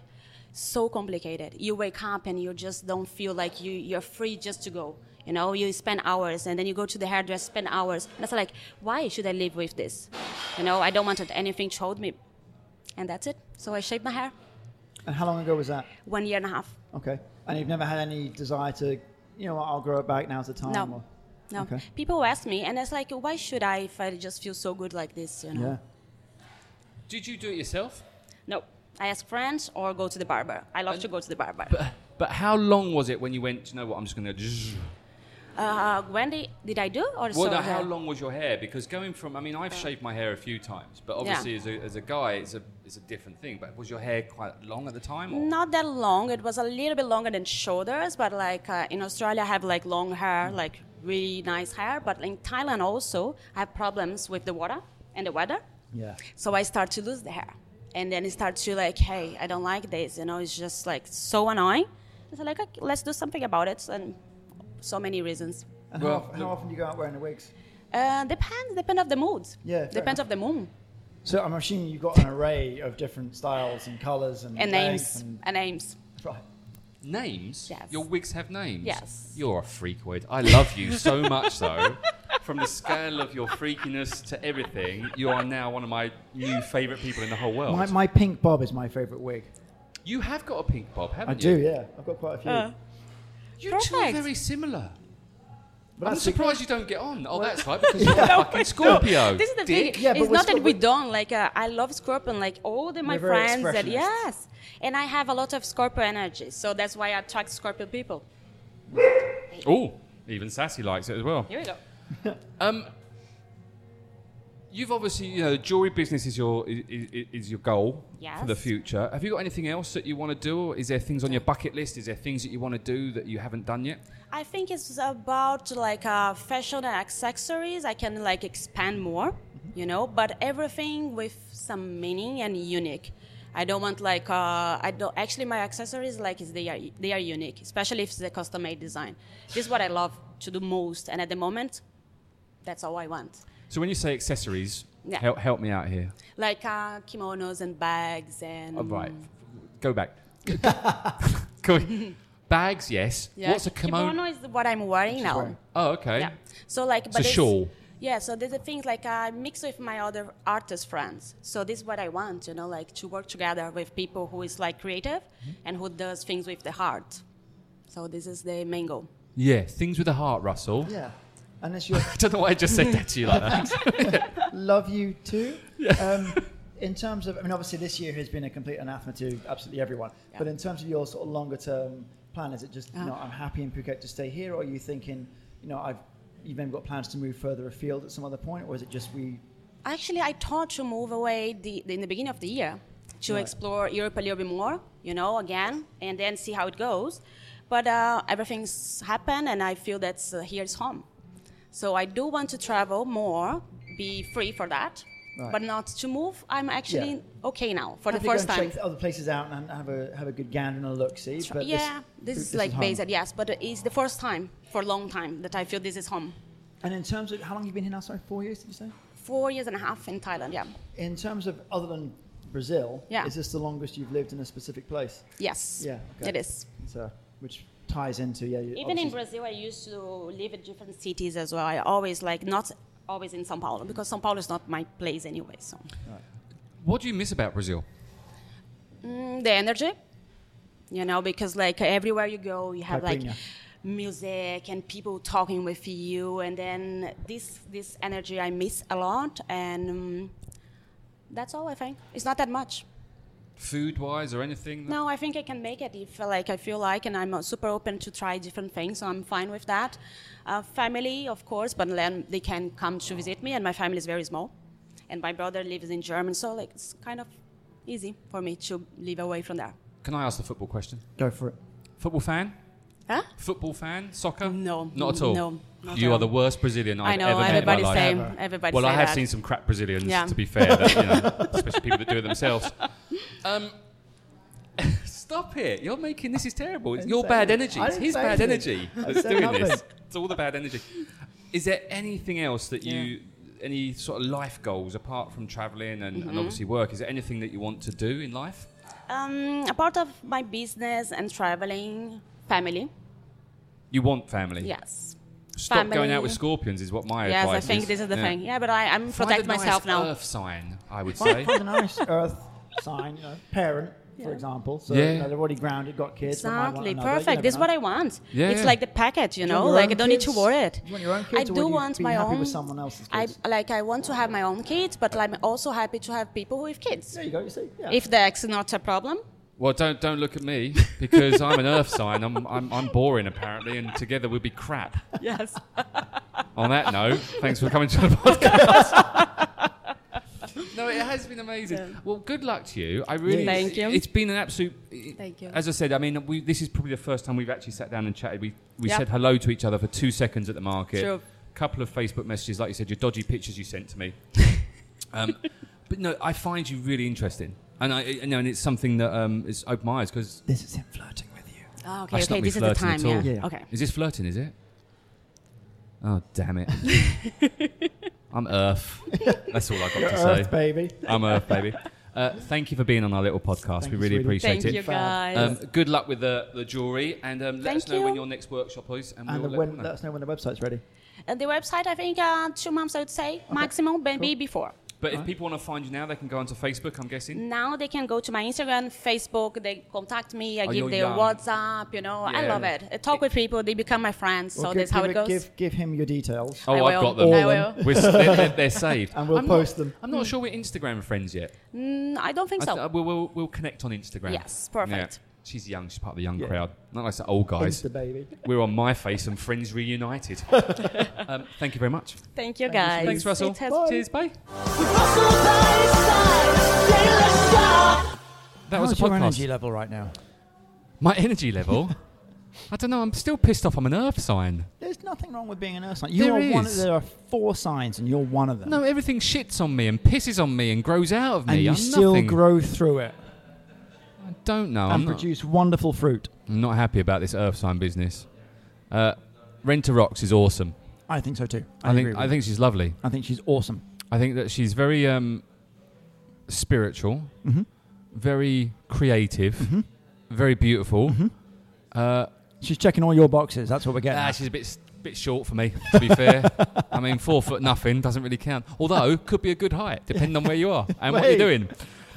D: so complicated. You wake up and you just don't feel like you you're free just to go. You know, you spend hours and then you go to the hairdresser, spend hours. And it's like, why should I live with this? You know, I don't want anything to hold me and that's it. So I shaved my hair
B: And how long ago was that?
D: one year and a half.
B: Okay. And you've never had any desire to, you know, what, I'll grow it back. Now's the time.
C: Oh,
D: No.
B: Or,
D: No,
B: Okay.
D: people ask me, and it's like, why should I if I just feel so good like this? You know?
B: yeah.
C: Did you do it yourself?
D: No, I ask friends or go to the barber. I love to go to the barber.
C: But, but how long was it when you went, "Do you know what, I'm just going to.
D: Uh, when did, did I do or
C: Well,
D: so
C: no, how
D: the-
C: long was your hair? Because going from, I mean, I've shaved my hair a few times, but obviously as, a, as a guy, it's a, it's a different thing. But was your hair quite long at the time? Or?
D: Not that long. It was a little bit longer than shoulders, but like uh, in Australia, I have like long hair,
C: Mm.
D: like really nice hair. But in Thailand also, I have problems with the water and the weather.
B: Yeah.
D: So I start to lose the hair. And then it starts to like, hey, I don't like this. You know, it's just like so annoying. It's like, okay, let's do something about it. And so many reasons.
B: And
C: Well,
B: how, of-
C: look-
B: how often do you go out wearing the wigs?
D: Uh, depends, depend of the mood.
B: Yeah, fair
D: Depends
B: enough.
D: of the moon
B: So I'm assuming you've got an array of different styles and colours and,
D: and
B: lengths
D: names.
B: and-
D: And names.
B: right.
C: Names?
D: Yes.
C: Your wigs have names?
D: Yes.
C: You're a freakoid. I love you so much, though. <laughs> From the scale of your freakiness to everything, you are now one of my new favourite people in the whole world.
B: My, my pink bob is my favourite wig.
C: you have got a pink bob,
B: I
C: haven't you?
B: do, yeah. I've got quite a few.
D: Uh,
C: You two are
D: Perfect.
C: very similar.
B: but
C: I'm
B: that's the-
C: surprised you don't get on. Oh, that's right, because you're
D: <laughs>
C: a fucking Scorpio.
D: This is the
C: dick.
D: thing.
B: Yeah, but
D: it's
B: we're
D: not
B: Scorp-
D: that we don't like. Uh, I love Scorpio, and, like all the, my
B: We're very
D: friends. That,
B: expressionist.
D: yes, and I have a lot of Scorpio energy, so that's why I attract Scorpio people.
C: Oh, even Sassy likes it as well.
D: Here we go.
C: Um, you've obviously, you know, the jewelry business is your is, is, is your goal for the
D: Yes.
C: future. Have you got anything else that you want to do? Or is there things on your bucket list? Is there things that you want to do that you haven't done yet?
D: I think it's about like uh, fashion and accessories. I can like expand more, you know, but everything with some meaning and unique. I don't want like uh, I don't actually my accessories like is they are they are unique, especially if it's a custom made design. This is what I love to do most, and at the moment, that's all I want.
C: So when you say accessories,
D: Yeah.
C: help, help me out here.
D: Like uh, kimonos and bags and
C: Oh, right,
D: Mm.
C: go back. <laughs> Cool. Bags, yes.
D: Yeah.
C: What's a kimono?
D: is what I'm wearing now.
B: wearing.
C: Oh, okay.
D: Yeah. So like,
C: It's
D: but
C: a
D: it's-
C: shawl.
D: Yeah. So there's the things like uh, I mix with my other artist friends. So this is what I want, you know, like to work together with people who is like creative and who does things with the heart. So this is the main goal.
C: Yeah, things with a heart, Russell.
B: Yeah. And it's your
C: <laughs> I don't know why I just said that to you
D: <laughs>
C: like that.
B: love you too. Um, in terms of, I mean, obviously this year has been a complete anathema to absolutely everyone.
D: Yeah. Ah.
B: But in terms of your sort of longer term plan, is it just, you know, I'm happy in Phuket to stay here, or are you thinking, you know, I've you've maybe got plans to move further afield at some other point, or is it just we?
D: Actually, I thought to move away the, in the beginning of the year to
B: Right.
D: explore Europe a little bit more, you know, again, and then see how it goes. But uh, everything's happened, and I feel that uh, here's home. So I do want to travel more, be free for that,
B: Right.
D: but not to move. I'm actually okay now for
B: happy
D: the first
B: to go
D: time.
B: and check other places out and have a have a good gander and a look. See, but this-
D: yeah, this, is like
B: home.
D: basic, yes, but it's the first time for a long time that I feel this is home.
B: And in terms of how long you've been here now? Sorry, four years, did you say?
D: Four years and a half in Thailand, yeah.
B: In terms of other than Brazil,
D: Yeah.
B: is this the longest you've lived in a specific place?
D: Yes,
B: Yeah, okay.
D: it is.
B: So, which ties into yeah. you-
D: Even in
B: obviously-
D: Brazil, I used to live in different cities as well. I always like not always in São Paulo because São Paulo is not my place anyway. So
C: What do you miss about Brazil?
D: Mm, the energy, you know, because like everywhere you go, you have like
B: Caipirinha.
D: music and people talking with you, and then this this energy I miss a lot, and um, that's all I think. It's not that much.
C: Food wise or anything?
D: No, I think I can make it if uh, like I feel like, and I'm uh, super open to try different things, so I'm fine with that. Uh, family, of course, but then they can come to visit me, and my family is very small, and my brother lives in Germany, so like it's kind of easy for me to live away from there.
C: Can I ask the football question?
B: Go for it.
C: Football fan?
D: Huh?
C: Football fan? Soccer?
D: No,
C: Not at all.
D: no, not at
C: you are
D: all.
C: the worst Brazilian I've
D: I know
C: ever met in my
D: everybody
C: life.
D: say everybody.
C: well,
D: say
C: I have
D: that.
C: seen some crap Brazilians,
D: Yeah.
C: to be fair, that, you
D: <laughs>
C: know, especially people that do it themselves. Um, <laughs> stop it! You're making this is terrible. It's
B: I
C: your
B: didn't say
C: bad
B: anything.
C: energy.
B: I
C: It's
B: didn't
C: his
B: say
C: bad
B: anything.
C: energy
B: I
C: that's
B: said
C: doing this.
B: nothing.
C: It's all the bad energy. Is there anything else that you, any sort of life goals apart from traveling and,
D: Mm-hmm.
C: and obviously work? Is there anything that you want to do in life?
D: Um, a part of my business and traveling, family.
C: You want family.
D: Yes.
C: Stop going out
D: Family.
C: with scorpions is what my
D: Yes, I
C: advice
D: think
C: is.
D: this is the Oh,
C: Yeah.
D: thing. Yeah, but I, I'm
C: Find
D: protect
C: a
D: myself
C: nice
D: now.
C: Earth sign,
D: <laughs>
C: I would
B: Find,
C: say.
B: find a nice Earth sign, you know, parent, for example. So
C: Yeah.
B: you know, they're already grounded, got kids. they might want
D: Exactly,
B: another, you
D: perfect.
B: never
D: This is what
B: know.
D: I want.
C: Yeah,
D: it's
C: yeah.
D: like the packet, you
B: you want
D: know.
B: your
D: like
B: own
D: I don't need
B: kids?
D: to worry it.
B: Do you want your own kids
D: I
B: or
D: do
B: would you
D: want
B: be
D: my
B: happy
D: own.
B: with someone else's
D: I
B: kids?
D: like. I want to have my own kids, but I'm also happy to have people with kids.
B: There you go. You see, yeah.
D: If that's not a problem,
C: Well, don't don't look at me because I'm an Earth sign. I'm, I'm I'm boring apparently, and together we'd be crap.
D: <laughs> yes.
C: On that note, thanks for coming to the podcast. no, it has been amazing. Well, good luck to you. I really
D: Thank you.
C: It's been an absolute. it-
D: Thank you.
C: As I said, I mean, we, this is probably the first time we've actually sat down and chatted. We we
D: Yeah.
C: said hello to each other for two seconds at the market.
D: True.
C: Couple of Facebook messages, like you said, your dodgy pictures you sent
D: <laughs>
C: to me. Um, but no, I find you really interesting, and I you know, and it's something that um, has opened my eyes because
B: this is him flirting with you.
D: Ah, okay,
C: That's not
D: okay.
C: me
D: This is the
C: flirting at
D: time. Yeah.
C: all.
B: Yeah.
D: Okay.
C: Is this flirting, is it? Oh, damn it.
D: <laughs>
C: I'm Earth. That's all I've got to
B: Earth,
C: say.
B: baby.
C: I'm Earth, baby. Uh, thank you for being on our little podcast.
B: Thank
C: we
B: you,
C: really
B: sweetie.
C: appreciate
D: Thank you,
C: it.
D: guys.
C: Um, good luck with the, the jewelry and um, let
D: Thank
C: us know when
D: you.
C: your next workshop is. And,
B: And
C: we'll
B: the,
C: let
B: when,
C: you know.
B: let us know when the website's ready.
D: and the website, I think, uh, two months. I would say maximum, maybe before.
C: But if people want to find you now, they can go onto Facebook, I'm guessing.
D: Now they can go to my Instagram, Facebook. They contact me. I
C: Oh,
D: give
C: you're
D: their
C: young.
D: WhatsApp. You know, I
C: Yeah.
D: love it. I talk with people. They become my friends. so
B: Well, give,
D: that's how
B: give
D: it goes.
B: Give, give him your details.
C: Oh,
D: I
C: I've
D: will.
C: got them.
D: I
B: All
D: will.
B: them.
C: We're, s- they're, they're,
B: <laughs>
C: they're saved.
B: And we'll
C: I'm
B: post
C: not,
B: them.
C: I'm not sure we're Instagram friends yet.
D: Mm, I don't think
C: I
D: so.
C: th- uh, we'll, we'll, we'll connect on Instagram.
D: Yes, perfect.
C: She's young. She's part of the young
B: Yeah.
C: crowd. Not like the old guys.
B: Insta baby.
C: We're on my face and friends reunited. um, thank you very much.
D: Thank you,
B: Thank you,
D: guys.
C: Thanks, Russell.
D: It has-
C: Cheers, bye. That was Oh, a
B: How's your
C: podcast.
B: energy level right now?
C: my energy level. I don't know. I'm still pissed off. I'm an Earth sign.
B: There's nothing wrong with being an Earth sign. You
C: There
B: are one.
C: is.
B: There are four signs, and you're one of them.
C: No, everything shits on me and pisses on me and grows out of me.
B: and you
C: I'm
B: still
C: nothing.
B: grow through it
C: I don't know. I'm
B: and
C: not,
B: produce wonderful fruit.
C: I'm not happy about this Earth sign business. Uh, Rent a Rocks is awesome.
B: I think so too. I,
C: I
B: agree
C: think
B: with
C: I
B: you.
C: think she's lovely.
B: I think she's awesome.
C: I think that she's very um, spiritual,
B: Mm-hmm.
C: very creative, very
B: Mm-hmm.
C: beautiful. Uh,
B: She's checking all your boxes. That's what we're getting.
C: ah,
B: at.
C: she's a bit s- bit short for me, to
B: <laughs>
C: be fair. I mean, four foot nothing doesn't really count. Although could be a good height, depending on where you are and what you're
B: Wait.
C: doing.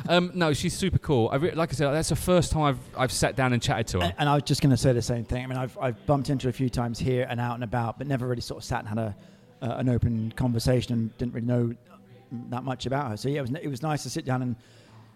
C: Um, no, she's super cool. I re- like I said, that's the first time I've I've sat down and chatted to her.
B: And, and I was just going to say the same thing. I mean, I've, I've bumped into her a few times here and out and about, but never really sort of sat and had a, uh, an open conversation and didn't really know that much about her. So yeah, it was, n- it was nice to sit down and,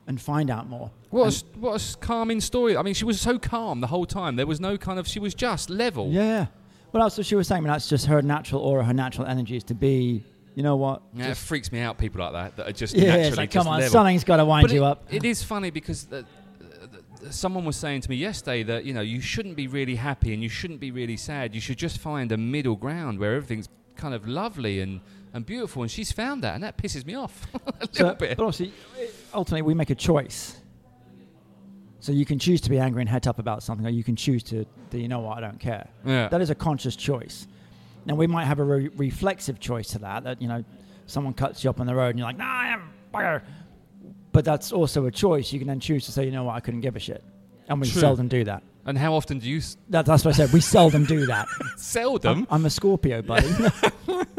B: and find out more.
C: What a, s- what a s- calming story. I mean, she was so calm the whole time. There was no kind of, she was just level.
B: Yeah, yeah. Well, that's what she was saying. I mean, that's just her natural aura, her natural energy is to be, you know what?
C: Yeah,
B: Just-
C: it freaks me out, people like that, that are just
B: yeah,
C: naturally
B: it's like,
C: just
B: come on,
C: level.
B: something's got to wind
C: But
B: you
C: it-
B: up.
C: It is funny because uh, uh, th- someone was saying to me yesterday that, you know, you shouldn't be really happy and you shouldn't be really sad. You should just find a middle ground where everything's kind of lovely and, and beautiful. And she's found that, and that pisses me off <laughs> a little
B: So-
C: bit.
B: But obviously, ultimately, we make a choice. So you can choose to be angry and head up about something, or you can choose to, to you know what, I don't care.
C: Yeah.
B: That is a conscious choice. Now we might have a re- reflexive choice to that. That you know, someone cuts you up on the road, and you're like, "Nah, I am bugger." But that's also a choice. You can then choose to say, you know what, I couldn't give a shit, and we
C: True.
B: seldom do that.
C: And how often do you s-
B: that that's what I said. We seldom do
C: <laughs>
B: that.
C: sell them?
B: <laughs> I'm, I'm a Scorpio, buddy.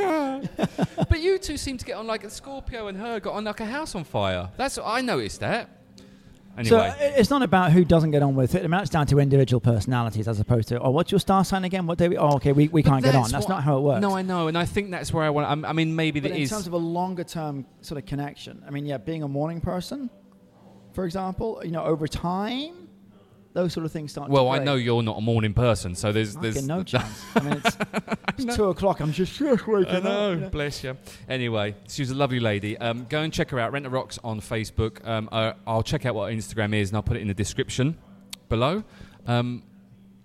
C: But you two seem to get on like a Scorpio and her got on like a house on fire. That's I noticed that. Anyway,
B: So i- it's not about who doesn't get on with it. I mean, that's down to individual personalities as opposed to, oh, what's your star sign again? What day? We, oh, okay, we, we
C: But
B: can't get on. That's
C: what-
B: not how it works.
C: No, I know, and I think that's where I want. I'm- I mean, maybe
B: but
C: that
B: in
C: is.
B: terms of a longer term sort of connection, I mean, yeah, being a morning person, for example, you know, over time, those sort of things start.
C: well,
B: to
C: I
B: break.
C: know you're not a morning person, so there's
B: Fucking
C: there's
B: no chance. I mean,
C: <laughs>
B: it's, it's two o'clock. I'm just
C: I
B: waking
C: know,
B: up. you
C: bless you. Anyway, she was a lovely lady. Um, go and check her out. Rent the Rocks on Facebook. Um, uh, I'll check out what her Instagram is, and I'll put it in the description below. Um,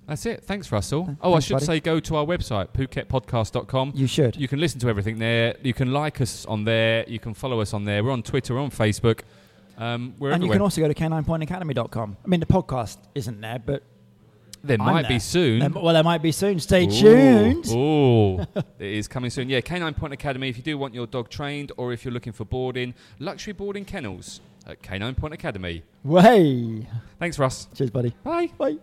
C: that's it. Thanks, Russell. Oh, I
B: thanks,
C: should
B: buddy.
C: say go to our website, phuketpodcast.com.
B: You should.
C: You can listen to everything there. You can like us on there. You can follow us on there. We're on Twitter, we're on Facebook. Um, we're
B: and you
C: everywhere.
B: can also go to caninepointacademy.com. I mean, the podcast isn't there, but
C: there
B: I'm
C: might
B: there.
C: be soon.
B: Um, well, there might be soon. Stay
C: Ooh,
B: tuned.
C: Ooh, it is coming soon. Yeah, Canine Point Academy. If you do want your dog trained, or if you're looking for boarding, luxury boarding kennels at Canine Point Academy.
B: Way.
C: Thanks, Russ.
B: Cheers, buddy.
C: Bye.
B: Bye.